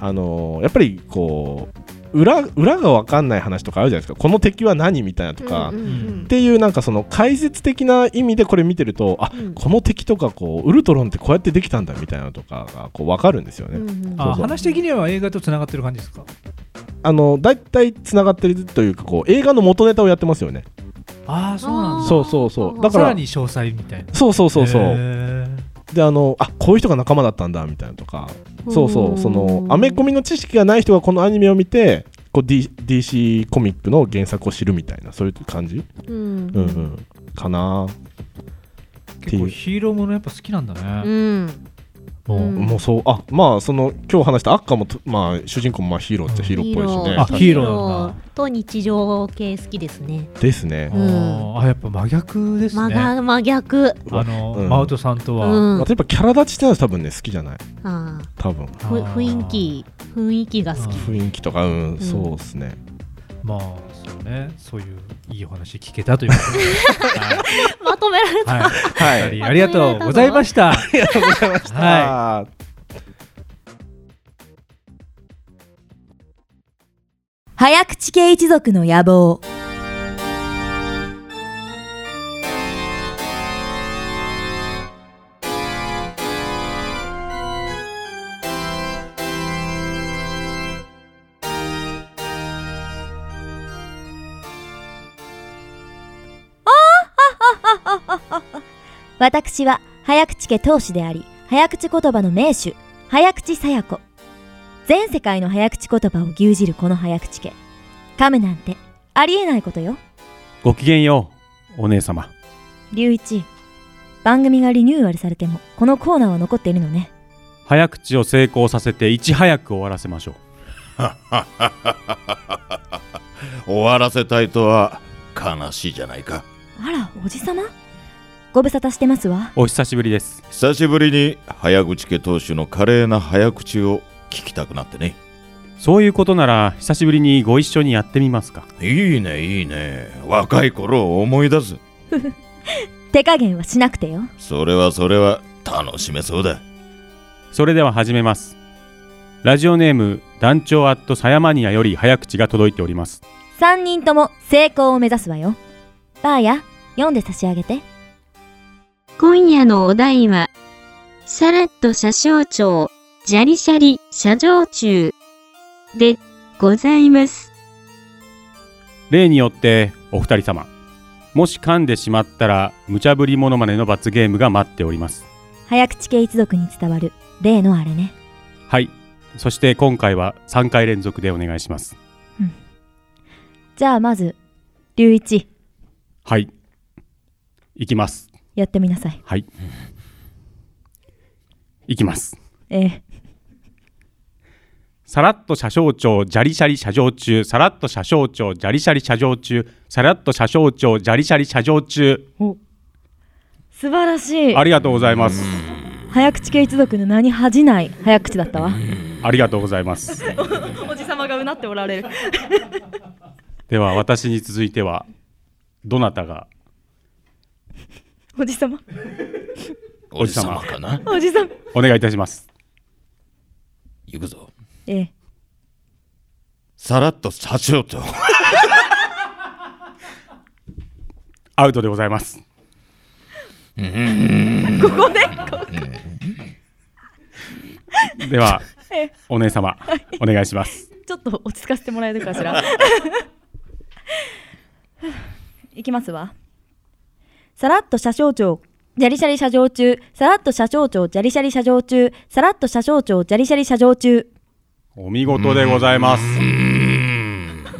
S9: あのやっぱりこう裏裏が分かんない話とかあるじゃないですかこの敵は何みたいなとか、
S7: うんうんうん
S9: っていうなんかその解説的な意味でこれ見てるとあ、
S7: うん
S9: この敵とかこうウルトロンってこうやってできたんだみたいなのとかがこう分かるんですよね。
S7: うんうん
S8: あ
S9: そうそう
S8: 話的には映画とつながってる感じですか
S9: あのだいたいつながってるというかこう映画の元ネタをやってますよね。
S8: ああそうなんだ
S9: そうそうそう。だか
S8: さら
S9: ら
S8: に詳細みたいな
S9: そうそうそうそ
S8: へ
S9: う。
S8: ー
S9: であのあこういう人が仲間だったんだみたいなとか、そうそうそのアメコミの知識がない人がこのアニメを見てこう、D、DC コミックの原作を知るみたいなそういう感じ、
S7: うん
S9: うんうん、かな。
S8: 結構ヒーローものやっぱ好きなんだ
S7: う
S8: ね、
S7: ん
S8: もう
S7: うん
S9: もうそうあまあその今日話したアッカーもとまあ主人公もまあヒーローっちゃヒーローっぽいしね
S8: ローあ
S9: 確かに
S8: ヒーローなんだ
S7: と日常系好きですね。
S9: ですね
S7: う、ん
S8: あーあやっぱ真逆です
S7: 真
S8: ね
S7: が真逆。
S9: うわ
S8: あの、
S9: うん
S8: マウトさんと
S7: う
S8: は、
S7: ん。
S9: あ
S7: あ
S9: とやっぱキャラ立ちってのは多分ね好きじゃない
S7: あ
S9: 多分
S8: あ
S7: ふ
S8: ー
S7: 雰囲気雰囲気が好き。
S9: 雰囲気とかうん、そうですね
S8: まあそうねそういういいお話聞けたということで、はい
S7: まとめられた。
S8: はい、
S9: は
S8: 二人ありがとうございました。
S9: ありがとうございました、
S8: は
S1: 早口系一族の野望私は早口家当主であり早口言葉の名手早口さや子全世界の早口言葉を牛耳るこの早口家噛むなんてありえないことよ
S2: ごきげんようお姉様
S1: 龍一番組がリニューアルされてもこのコーナーは残っているのね
S2: 早口を成功させていち早く終わらせましょう
S3: 終わらせたいとは悲しいじゃないか
S1: あらおじさまご無沙汰してますわ
S2: お久しぶりです
S3: 久しぶりに早口家当主の華麗な早口を聞きたくなってね
S2: そういうことなら久しぶりにご一緒にやってみますか
S3: いいねいいね若い頃を思い出す
S1: 手加減はしなくてよ
S3: それはそれは楽しめそうだ
S2: それでは始めますラジオネーム団長アットサヤマニアより早口が届いております
S1: 3人とも成功を目指すわよばあや読んで差し上げて
S11: 今夜のお題は、さらっと車掌長、じゃりしゃり車上中でございます。
S2: 例によってお二人様もし噛んでしまったら無茶ぶりモノマネの罰ゲームが待っております
S1: 早口系一族に伝わる例のあれね
S2: はいそして今回は3回連続でお願いします
S1: じゃあまず龍一
S2: はいいきます
S1: やってみなさい
S2: はいいきます
S1: ええ
S2: さらっと車掌長じゃりしゃり車上中さらっと車掌長じゃりしゃり車上中さらっと車掌長じゃりしゃり車上中
S1: 素晴らしい
S2: ありがとうございます
S1: 早口系一族の名に恥じない早口だったわ
S2: ありがとうございます
S1: おじさまがうなっておられる
S2: では私に続いてはどなたが
S1: おじさま
S2: おじさま
S5: かな
S1: おじさん
S2: お願いいたします
S5: 行くぞ
S1: ええ
S3: さらっと社長と
S2: アウトでございま すここででは お姉様お願いします
S1: ちょっと落ち着かせてもらえるかし ら。 いきますわ。さらっと車掌長、じゃりしゃり車上中、さらっと車掌長、じゃりしゃり車上中、さらっと車掌長、じゃりしゃり車上中。
S2: お見事でございます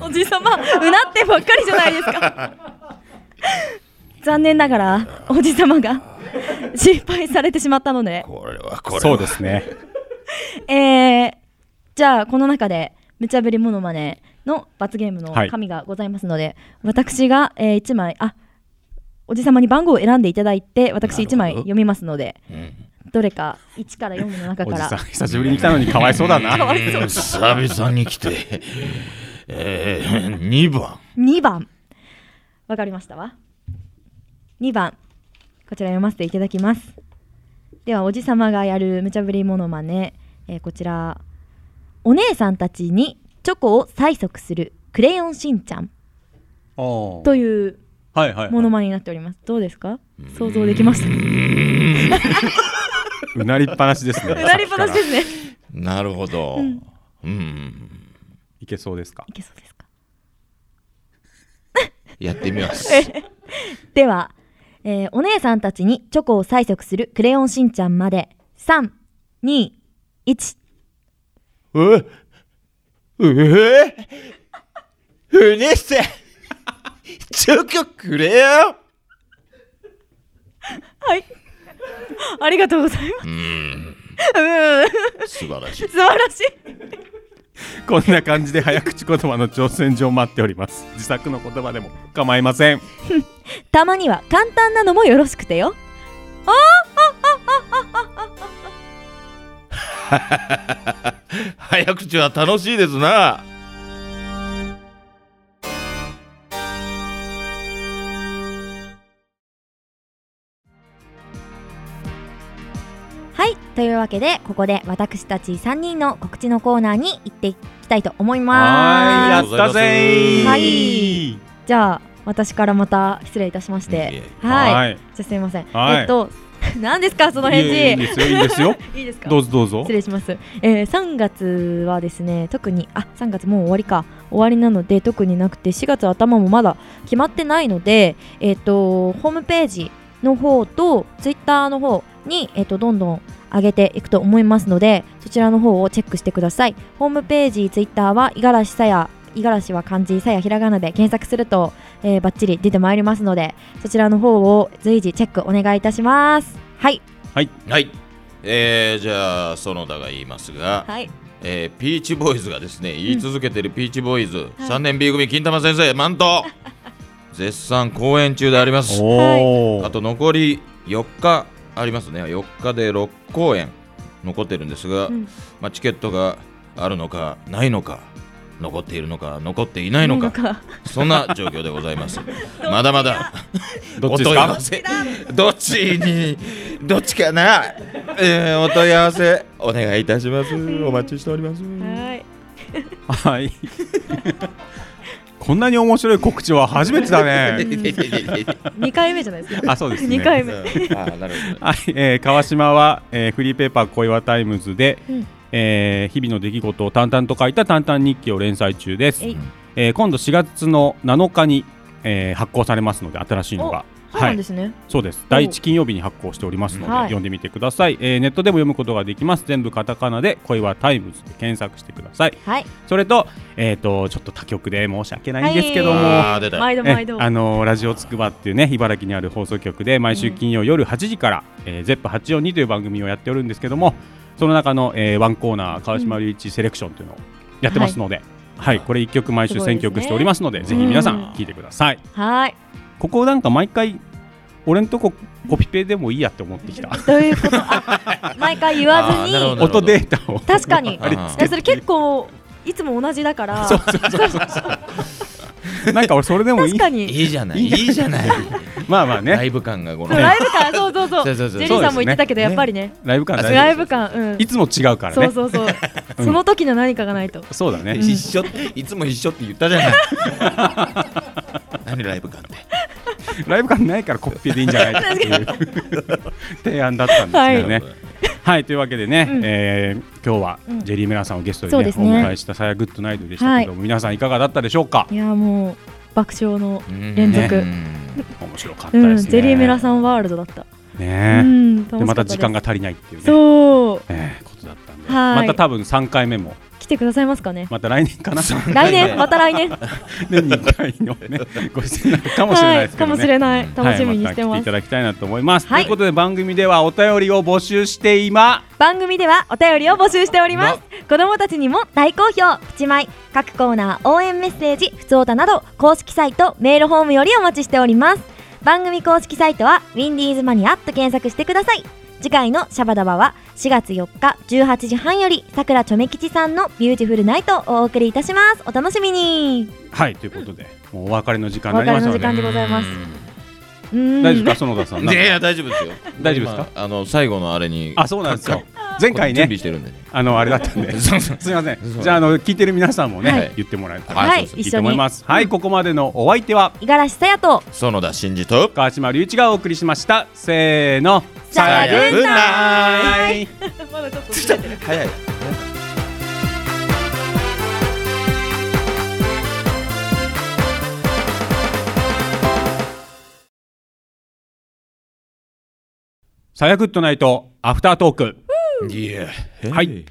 S1: おじさま、うなってばっかりじゃないですか。 残念ながら、おじさまが失敗されてしまったので、
S3: これはこれ
S2: そうですね
S1: えー、じゃあこの中で、無茶ぶりモノマネの罰ゲームの
S2: はい
S1: 神がございますので、私が、え1枚、あおじさまに番号を選んでいただいて私1枚読みますのでどれか1から4の中
S2: お
S1: か
S2: じ
S1: ら
S2: さん久しぶりに来たのにかわいそうだな
S1: かわいそう
S12: 久々に来て、えー、2番。
S1: 2番わかりましたわ2番こちら読ませていただきますではおじさまがやる無茶ぶりモノマネ、えーこちらお姉さんたちにチョコを催促するクレヨンしんちゃんという
S2: はいはいはい
S1: モノマネになっておりますどうですか想像できました
S2: うなりっぱなしですね
S1: うなりっぱなしですね
S12: なるほど。
S1: うん
S12: うん。
S2: いけそうですか
S1: いけそうですか
S12: やってみます。
S1: では、えーお姉さんたちにチョコを催促するクレヨンしんちゃんまで321
S12: ええうねせチョコくれよ
S1: はい。ありがとうございます。
S12: うん。
S1: うん
S12: 素晴らし
S1: 素
S12: い
S1: 晴らしい。
S2: こんな感じで早口言葉の挑戦状を待っております自作の言葉でも構いません
S1: たまには簡単なのもよろしくてよ。あ
S12: 早口は楽しいですな。
S1: はい。というわけで、ここで私たち3人の告知のコーナーに行っていきたいと思いま
S2: は
S1: す。
S2: ーいやったぜー
S1: はい。じゃあ、私からまた失礼いたしまして。はい。
S2: はい
S1: じゃあすいません。
S2: はい
S1: えっと、 何ですか、その返
S2: いえいえいいで
S1: 事。
S2: すよいいですよ
S1: いいですか。
S2: どうぞどうぞ
S1: 失礼します。えー、3月はですね、特に、あ、3月もう終わりか。終わりなので、特になくて、4月頭もまだ決まってないので、えっ、と、ホームページの方と、ツイッターの方に、えっ、と、どんどん上げていくと思いますので、そちらの方をチェックしてください。ホームページ、ツイッターは、五十嵐さや、五十嵐は漢字、さやひらがなで検索すると、えー、バッチリ出てまいりますので、そちらの方を随時チェックお願いいたします。はい。
S2: はい。
S12: はい。えー、じゃあ、園田が言いますが、
S1: はい。
S12: えーピーチボーイズがですね、言い続けてるピーチボーイズ、
S1: い
S12: 三年 B 組金玉先生、マント絶賛公演中であります。
S2: お
S12: あと残り4日ありますね、4日で6公演残ってるんですが、
S1: うん
S12: まあ、チケットがあるのか、ないのか、残っているのか、残っていないのか、そんな状況でござ います。まだまだ。
S2: どっちですか
S12: お問い合わせ。どっちに、どっちかな。えーお問い合わせ、お願いいたします。お待ちしております。
S1: はい。
S2: はいこんなに面白い告知は初めてだね
S1: 2回目じゃないですか。
S2: あそうですね
S1: 2回目。
S2: はい、えー川島は、えーフリーペーパー小岩タイムズで、
S1: うん
S2: えー日々の出来事を淡々と書いた淡々日記を連載中です
S1: えい。
S2: えー今度4月の7日に、えー発行されますので新しいのが。
S1: そうなんですね。
S2: そうです第1金曜日に発行しておりますので、
S1: はい
S2: 読んでみてください、えーネットでも読むことができます全部カタカナで「小岩タイムズ」で検索してください
S1: はい。
S2: それと,、えー、とちょっと他局で申し訳ないんですけども、
S12: あー出た
S1: 毎度
S2: え
S1: 毎度。
S2: あのーラジオつくばっていうね茨城にある放送局で毎週金曜夜8時から「えー、ZEP842」という番組をやっておるんですけどもその中の、えーワンコーナー川島隆一セレクションというのをやってますので、はいこれ1曲毎週
S1: すごいです
S2: 選
S1: ね
S2: 曲しておりますのでぜひ皆さ
S1: うん
S2: ん聴いてください。
S1: はい。
S2: ここなんか毎回俺んとこコピペでもいいやって思ってきた
S1: ということあ毎回言わず
S12: あーなるほ
S1: に
S12: ど
S2: 音データを
S1: 確かに。い
S2: あれ
S12: あー
S1: やそれ結構いつも同じだから。
S2: そうそうそうそうなんか俺それでもいい
S1: 確か
S12: い
S1: に。
S12: いじゃない。いいじゃない。
S2: まあまあ
S12: ラ
S2: ね
S12: イブ感がこの。
S1: ライブ感そうそうそ
S12: そう
S1: う。
S12: そうそ
S1: ジ
S12: う
S1: ェリーさんも言ってたけど
S12: そうですね
S1: やっぱりね。
S2: ライブ感大
S1: ライ
S2: 事
S1: ブ感うん。
S2: いつも違うから
S1: そう
S2: ね
S1: そ うそう。その時の何かがないと。
S2: そうだね
S12: 一緒いつも一緒って言ったじゃない。何ライブ感って。
S2: ライブ感ないからコピペでいいんじゃないかっていう提案だったんですけどねはいというわけでね
S1: うん
S2: えー今日は
S1: うん
S2: ジェリーメラさんをゲスト
S1: そう
S2: にね
S1: です
S2: お
S1: ね
S2: 迎えした「さやグッドナイト」でしたけども皆さんいかがだったでしょうか
S1: いやもう爆笑の
S12: うん
S1: 連続。
S2: 面白かった
S1: うん。
S2: ですね
S1: ジェリーメラさんワールドだった。う
S2: ね
S1: ん。楽しかった
S2: でまた
S1: です
S2: 時間が。足りないっていうね
S1: そう。
S2: えーことだったんで、
S1: はい
S2: また多分3回目も、
S1: 来てくださいますかね。
S2: また来年かな、
S1: 来年また来年。
S2: 年に1回のね、ご出演になるかもしれな
S1: はいい。
S2: ですけ
S1: か
S2: ど
S1: もし
S2: ね。
S1: れない。楽しみにし
S2: はい、また来て
S1: てま
S2: い
S1: す
S2: た。だきたいなと思います。
S1: はい
S2: ということで番組ではお便りを募集していま
S1: 番組ではお便りを募集しております子どもたちにも大好評プチマイ各コーナー応援メッセージふつおたなど公式サイトメールフォームよりお待ちしております
S13: 番組公式サイトはウィンディーズマニアと検索してください次回のシャバダバは4月4日18時半よりさくらちょめ吉さんのビューティフルナイトをお送りいたしますお楽しみに
S2: はいということで、もうお別れの時間になりましたので
S13: お別れの時間でございますうーん
S2: 大丈夫ですか園田さん
S12: いやいや大丈夫ですよ
S2: 大丈夫ですか
S12: あの最後のあれに
S2: あそうなんですよ前回ね
S12: 準備してるんで
S2: あのあれだったんで
S12: そう
S2: す
S12: そう
S2: みませんじゃああの聞いてる皆さんもね、
S12: はい
S2: 言ってもらえたら、
S12: はい
S2: いいと思いますはいここまでのお相手は
S13: 五十嵐さやと
S2: 園田真二と川島隆一がお送りしましたせーの
S13: さ
S12: ようなら
S2: イ
S13: まだちょっと
S12: 早い
S2: さやグッドナイトアフタートーク
S12: いや
S2: はい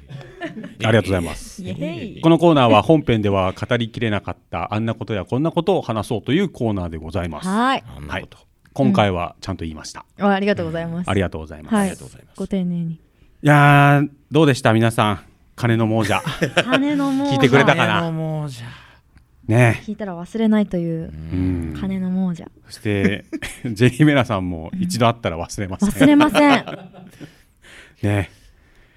S2: ありがとうございます
S12: イエーイ
S2: このコーナーは本編では語りきれなかったあんなことやこんなことを話そうというコーナーでございます
S1: はい
S2: はい今回はちゃんと言いました、
S1: あありがとうございます
S2: ありがとうございます、
S1: はい
S2: い、
S1: ご丁寧に
S2: やーどうでした皆さん金の亡者
S1: 金の亡者
S2: 聞いてくれたかな
S1: 金の亡者
S2: ね
S1: 聞いたら忘れないとい
S2: う
S1: う
S2: ん
S1: 金の亡者
S2: そして ジェリーメラさんも一度会ったら忘れません
S1: 忘れません
S2: ね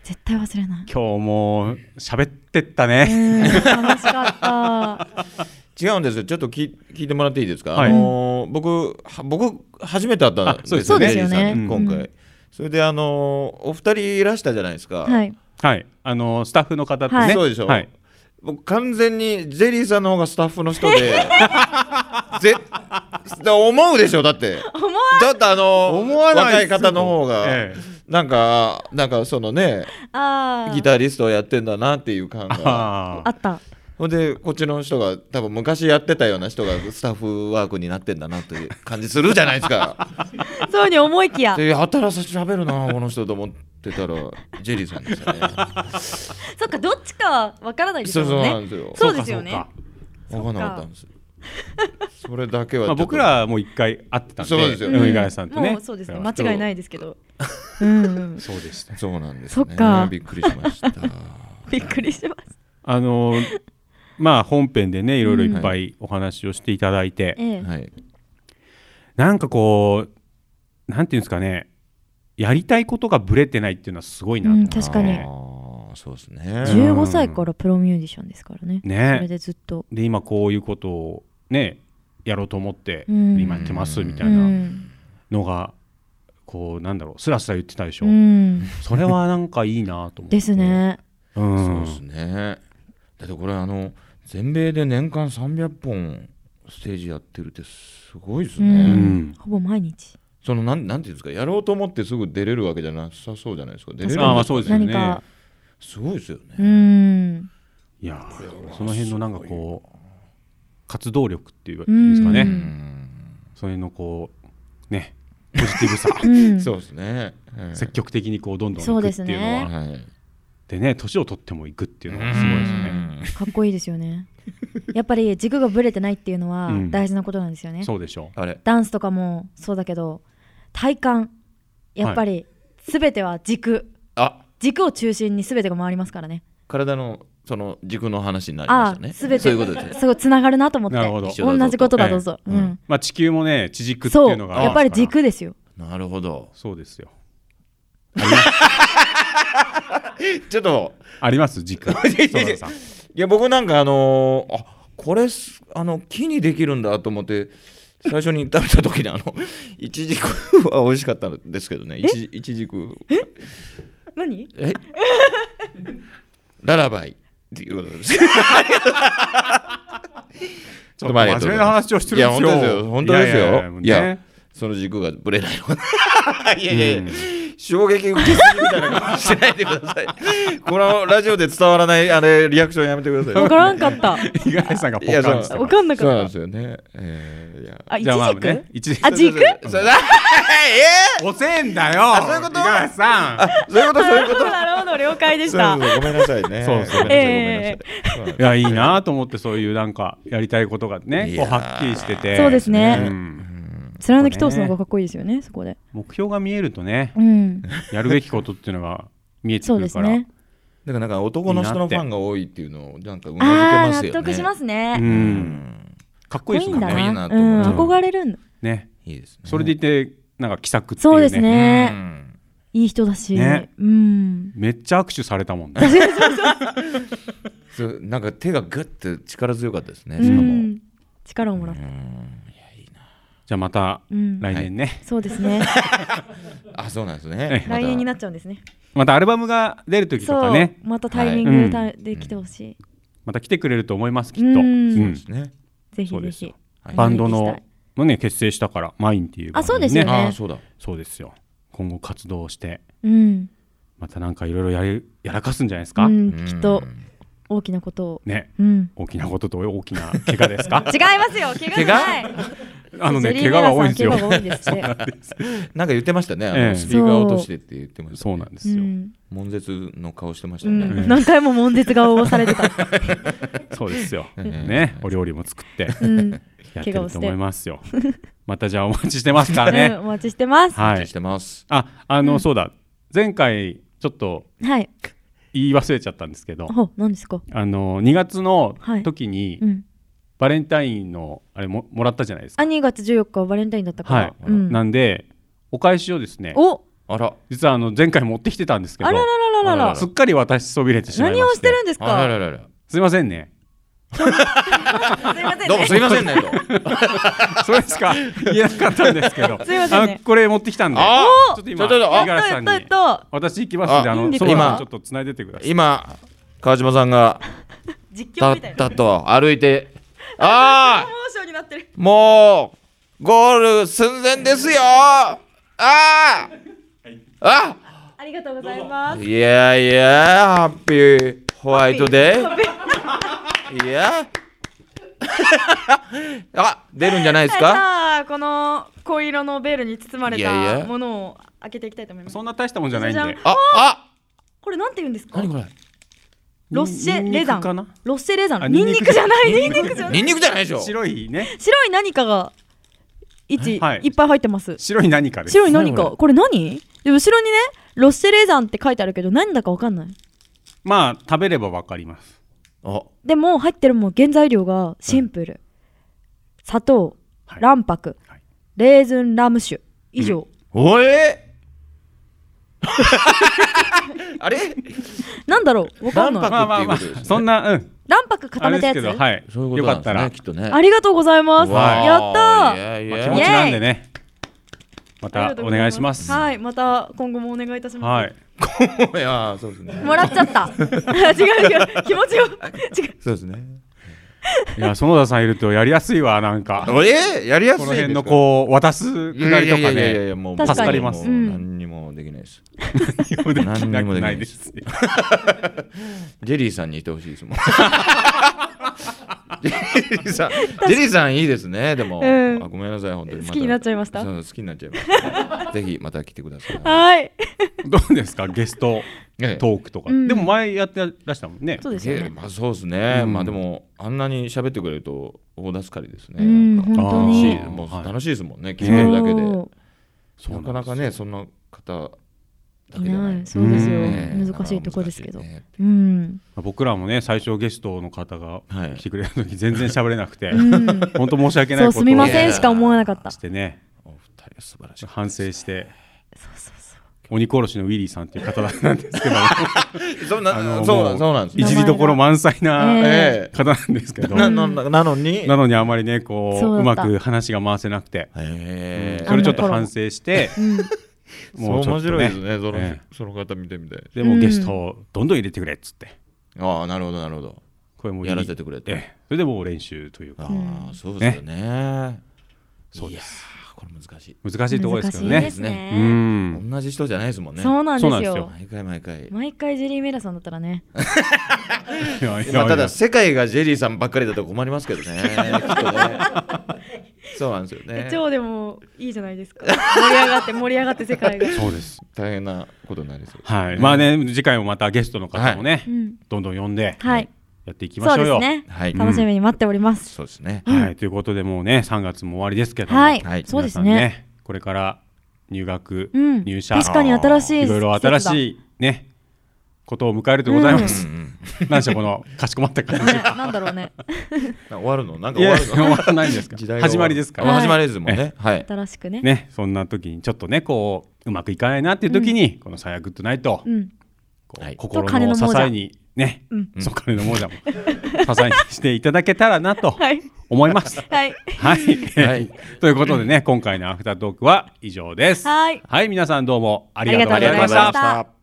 S1: 絶対忘れない
S2: 今日も喋ってった
S1: うん
S2: ね
S1: 楽しかった
S12: 違うんですよちょっと聞い聞いてもらっていいですか、
S2: はい
S12: あのー僕は僕初めて会ったんですよ
S2: あそうですよね
S12: レイジーさんに
S2: うん
S12: 今回、それであのーお二人いらしたじゃないですか
S2: はいはいあのスタッフの方とね、
S12: そうでしょ、
S2: はい、
S12: 僕完全にジェリーさんの方がスタッフの 人でぜだ思うでしょだって
S13: 思わ
S12: だってあの
S13: ない
S12: 若
S13: っ
S12: い
S13: す
S12: 方の方が、なんかなんかそのね
S13: あ
S12: ギタリストをやってんだなっていう感
S2: が
S13: あった
S12: ほんでこっちの人が多分昔やってたような人がスタッフワークになってんだなという感じするじゃないで すか。
S13: そうに思いきや
S12: でやたらさ喋るなこの人と思ってたらジェリーさんでしたね。
S13: そっかどっちかはわからないです
S12: そう
S13: よね
S12: そうなんですよ。
S13: そうですよね
S12: 分かんなかったんですよ。それだけは
S2: まあ、
S12: ちょっと
S2: 僕らはもう一回会ってたんで
S12: そうですよね
S2: うん五十嵐さんとね
S13: もうそうですね間違いないですけどうん
S2: そうでした
S12: そうなんです
S13: そっか
S12: びっくりしました
S13: びっくりしまし
S2: あのーまあ本編でねいろいろいっぱいお話をしていただいて、
S13: ええはい
S2: なんかこうなんていうんですかねやりたいことがぶれてないっていうのはすごいなと思って、
S1: うん確かにあ
S12: そうですね
S1: 15歳からプロミュージシャンですからね
S2: ね
S1: それでずっと
S2: で今こういうことをねやろうと思って、
S1: うん
S2: 今やってますみたいうなんのが、こうなんだろうスラスラ言ってたでしょ、
S1: うん
S2: それはなんかいいなと思って
S1: ですね
S2: うん
S12: そうですねだってこれあの全米で年間300本ステージやってるってすごいですね、
S1: うんほぼ毎日
S12: そのなんなんていうんですかやろうと思ってすぐ出れるわけじゃなさそうじゃないですか出れるん
S2: あまあそうですよね何か
S12: すごいですよね
S1: うん
S2: いやーその辺のなんかこう活動力っていうんですかね、
S1: うん
S2: それのこうねポジティブさ、
S1: うん
S12: そうですねうん
S2: 積極的にこうどんどん行くっていうのは
S12: そうですね
S2: でね年を取っても行くっていうのはすごいですよね。
S1: かっこいいですよねやっぱり軸がぶれてないっていうのは
S2: うん
S1: 大事なことなんですよね、
S2: そうでしょうあれ
S1: ダンスとかもそうだけど体感やっぱり全ては軸、
S12: あ
S1: 軸を中心に全てが回りますからね
S12: 体のその軸の話になり
S1: あ
S12: ました
S1: あ
S12: ね
S1: すべ
S12: そう
S1: て
S12: いうことです
S1: すごいつながるなと思って
S2: なるほど
S1: 同じことだどうぞ、
S2: ええ
S1: うん
S2: まあ地球もね地軸って
S1: そ
S2: いう
S1: う
S2: のが
S1: やっぱり軸ですよ
S12: なるほど
S2: そうですよ
S12: ちょっと
S2: あります軸 園田さん
S12: いや僕なんかあのーあこれすあの木にできるんだと思って最初に食べた時にあのいちじくは美味しかったんですけどねいちいちじく
S1: 何
S12: えララバイっていうことです ちょっと前
S2: 真面目な話をしてるんですよ
S12: 本当です
S2: いやいやいや
S12: よ
S2: もう
S12: い
S2: ね
S12: やその軸がぶれないのが いやいやいや
S2: うん
S12: 衝撃受けすぎみたいな感じしないでください。このラジオで伝わらないあれリアクションやめてください。
S1: わからんかった
S2: 五十嵐さんがポ
S12: いや
S2: カ
S12: そう
S2: ンして
S12: そう
S1: わかんなかった
S12: そうなんですよね。えーいや
S1: あじゃあまあねいちじく
S2: あ軸
S12: そう そうそうえ
S2: 遅えんだよ
S12: そういうこと五十嵐
S2: さん
S12: そういうことそう いうこと
S1: なるほど了解でした
S12: そうそうそうごめんなさいね
S2: そうそう
S12: ごめんなさい
S1: え
S12: ごめんなさい
S2: いやいいなと思ってそういうなんかやりたいことがね
S12: い
S2: こう
S12: やー
S2: はっきりしてて
S1: そうですね
S2: ん
S1: 貫き通すのがかっこいいですよねそこで
S2: 目標が見えるとね
S1: うん
S2: やるべきことっていうのが見えて
S1: そう
S2: く
S1: で
S2: る
S1: す
S2: から
S1: ね
S12: だからなんか男の人のファンが多いっていうのをなんか
S1: あ
S12: うなずけま
S1: あ
S12: すよね。
S1: 納得しますね
S2: うんかっこいいですもんね
S1: かっこいいんだな
S12: かっこいいなと思って
S1: うん憧れるんだ
S2: ね
S12: いいですね
S2: それでいてなんか気さくっていうね
S1: そうですね、いい人だし、
S2: ね
S1: うん
S2: めっちゃ握手されたもんね
S12: そうなんか手がグッて力強かったですね、
S1: う
S12: しかも
S1: ん、力をもらった、
S2: じゃあまた
S1: うん
S2: 来年ね、
S1: そうですね
S12: あそうなんです
S2: ね
S1: 来年になっちゃうんですね
S2: またアルバムが出 る時とかね
S1: そうまたタイミング
S2: は
S1: た
S2: いうん
S1: で来てほしい、
S2: また来てくれると思いますきっ
S1: う
S2: と、
S1: ん
S2: ん
S1: そうですねぜひぜひ
S2: バンドののね結成したからマインっていうバンド
S1: あそうですよねあ
S12: そうだ
S2: そうですよ今後活動して
S1: うん、
S2: またなんかいろいろやれやらかすんじゃないですか、
S1: うん、きっと大きなことを
S2: ね、
S1: うん、
S2: 大きなことと大きな怪我ですか
S1: 違いますよ怪我じゃない
S2: あのね
S1: ジェ
S2: 怪
S1: リー
S2: 我が多いんですよ
S1: ベラさん怪我が多いんですって
S2: そうなんです
S12: なんか言ってましたねあの
S2: ええ
S12: スピーカー落としてって言ってました、ね、
S2: そうなんです
S1: ようん
S12: 悶絶の顔してまし
S1: う
S12: たね、
S1: ん、何回も悶絶が応されてた
S2: そうですよ。
S1: うん
S2: ね、お料理も作って
S1: うん
S2: やってると思いますよ
S1: 怪我をして。
S2: またじゃあお待ちしてますからね
S1: うん。お待ちしてます
S2: はい。
S1: お待ち
S12: してます。
S2: あ、あの、
S1: うん
S2: そうだ。前回ちょっと
S1: はい
S2: 言い忘れちゃったんですけど、
S1: ほ何ですか
S2: あの2月の
S1: はい
S2: 時に
S1: うん
S2: バレンタインのあれももらったじゃないですか。
S1: あ2月14日はバレンタインだったから、
S2: はい。
S1: うん、
S2: なんでお返しをですね。
S1: お
S12: あら。
S2: 実はあの前回持ってきてたんですけど、
S1: あらららららら
S2: すっかり渡しそびれてしまいまして。
S1: 何をしてるんですかあら
S12: らら
S2: すいませんね。
S12: どうもすいませんねと
S2: それしか言えなかったんですけど
S1: すいませんね
S2: あのこれ持ってきたんで
S12: あー
S2: ちょっと今
S12: ちょっとちょっとあ
S2: 五十嵐さんに
S1: やったやった
S2: 私行きますんで
S12: あ
S2: あ
S12: いいん
S2: の
S12: です
S2: そ
S12: か
S2: うなんでちょっと繋いでってください
S12: 今川島さんが
S1: 実
S12: 況みたいなと歩いてああ
S1: モーションになってる
S12: もうゴール寸前ですよあああ
S1: ありがとうございます
S12: いやいやハッピーホワイトデーいやあ出るんじゃないです
S1: じゃ
S12: か
S1: あこの濃い色のベールに包まれ
S12: いやい
S1: た
S12: や
S1: ものを開けていきたいと思います
S2: そんな大したもんじゃないんで
S1: じゃじゃん
S2: あ
S12: あ
S1: これなんて言うんですか
S12: 何これ
S1: ロッシェレザンロッシェレザ
S2: あ
S1: ンニンニクじゃないニンニクじゃない
S12: ニンニクじゃないでしょ
S2: 白いね
S1: 白い何かが一、
S2: はい
S1: い、っぱい入ってます
S2: 白い何かです
S1: 白い何か
S2: これ
S1: これ何で後ろにねロッシェレザンって書いてあるけど何だかわかんない
S2: まあ食べればわかります
S12: あ
S1: でも入ってるもん原材料がシンプル、砂糖、卵白、レーズンラム酒以上、
S12: おえあれ
S1: なんだろうわかんない
S2: まあまあまあそんなうん
S1: 卵白固
S2: あれ
S1: め
S2: で
S1: た
S2: す
S1: や
S2: け
S1: つ
S2: どはい
S12: そういうこ
S2: よ
S12: と
S2: か
S12: なん
S2: っ
S12: ですね
S2: たら
S12: きっとね
S1: ありがとうございます
S2: はい
S1: やったー
S2: いやいやまあ気持ちなんでねま
S1: あり
S2: た
S1: がと
S2: お
S1: うござ
S2: 願いしますは
S1: はいまた今後もお願いいたします、
S2: い
S12: い やそうですね
S1: もらっちゃった 違う違う気持ちを違う
S12: そうですね
S2: いや園田さんいるとやりやすいわなんか
S12: えやりやすいですか
S2: この辺のこう渡すくだりと
S12: いや
S2: か
S12: いやいやい
S2: ね
S12: やもう
S2: 助かりま
S12: も
S2: す
S12: う何にもできないです何にもできないです ジェリーさんにいてほしいです もんジェリーさんジェリーさんいいですねでも
S1: うん
S12: あごめんなさい本当にた
S1: 好きになっちゃいました
S12: そう好きになっちゃいま したぜひまた来てください
S1: はい
S2: どうですかゲストトークとか、
S1: うん
S2: でも前やってらしたもんね
S1: そうですよね
S12: ええまあそうですね、
S2: うん
S12: まあでもあんなに喋ってくれると大助かりですね、
S1: うん
S12: なんか
S1: 本当に
S12: 楽しいもう楽しいですもんね、聞いてるだけで
S1: そ
S12: なかなかねそんな方
S1: いないそうですよ、
S2: ね
S1: 難しいとこですけど、うん
S2: 僕らもね最初ゲストの方が来てくれた時全然喋れなくて、
S1: うん
S2: 本当申し訳ない
S1: そ
S2: こ
S1: う
S2: と
S1: すみませんしか思わなかった
S2: してねお二人は素晴らしい反省して鬼殺しのウィリーさんっていう方なんですけど
S12: そうな
S2: あの
S12: そうな
S2: も
S12: そうなんです
S2: いじりどころ満載な
S12: ええ
S2: 方なんですけど、
S12: ななななのに
S2: なのにあまりねこう
S12: そう
S2: う
S12: だ
S2: ま
S12: った
S2: く話が回せなくて、
S12: え
S2: うんそれちょっと反省して
S12: あ
S2: も
S12: の頃うん
S2: ちょっと
S12: そう面白いですねその
S2: ええ
S12: その方見てみたい
S2: でも
S12: うん
S2: ゲストをどんどん入れてくれっつって
S12: ああなるほどなるほど
S2: これも
S12: やらせてくれて
S2: ええそれでもう練習というか
S12: ああそうですよね
S2: そうです
S12: これ難しい
S2: 難しいところですけどね
S1: 難しいですね
S2: うん
S12: 同じ人じゃないですもんね
S1: そうなんですよそうなんですよ
S12: 毎回毎回
S1: 毎回ジェリー・メラさんだったらね
S2: やいや
S12: まあただ世界がジェリーさんばっかりだと困りますけどねきっ とねそうなんですよね
S1: 超でもいいじゃないですか盛り上がって盛り上がって世界が
S2: そうです
S12: 大変なことになりそう
S2: はい、まあね次回もまたゲストの方もね、
S1: うん
S2: どんどん呼んで、
S1: はい
S2: やっていきましょうよ
S1: そうですね、楽しみに待っております、
S12: そうですね
S2: はい、ということでもうね3月も終わりですけども、
S1: はいはいそうですね
S2: 皆さんこれから入学、
S1: うん
S2: 入社
S1: 確かに新しい
S2: いろいろ
S1: 季節
S2: 新
S1: だ
S2: しいねことを迎えるでございます。なんでしょうこのかしこまった感じが。
S1: なんだろうね。
S12: 終わるのなんか終わるの
S2: いや終わらないんですか
S12: 時代が終
S2: 始
S12: わ
S2: ま
S12: る
S2: りですから、
S12: はい始まりですもんね
S2: ええはい
S1: 新しくね
S2: ねそんな時にちょっとねこううまくいかないなっていう時に、この「最悪グッドナイト」
S1: うん
S2: こう
S1: と
S2: 心
S1: 金の
S2: の
S1: 亡者
S2: 支えにね、
S1: うん
S2: そう金の亡者も支えにしていただけたらなと
S1: はい
S2: 思います。
S1: はい
S2: はい、 ということでね今回のアフタートークは以上です。
S1: はい
S2: 皆さんどうもありがとう
S1: あ
S2: ご
S1: り
S2: ざ
S1: が
S2: い
S1: とうございま
S2: ま
S1: し
S2: したた。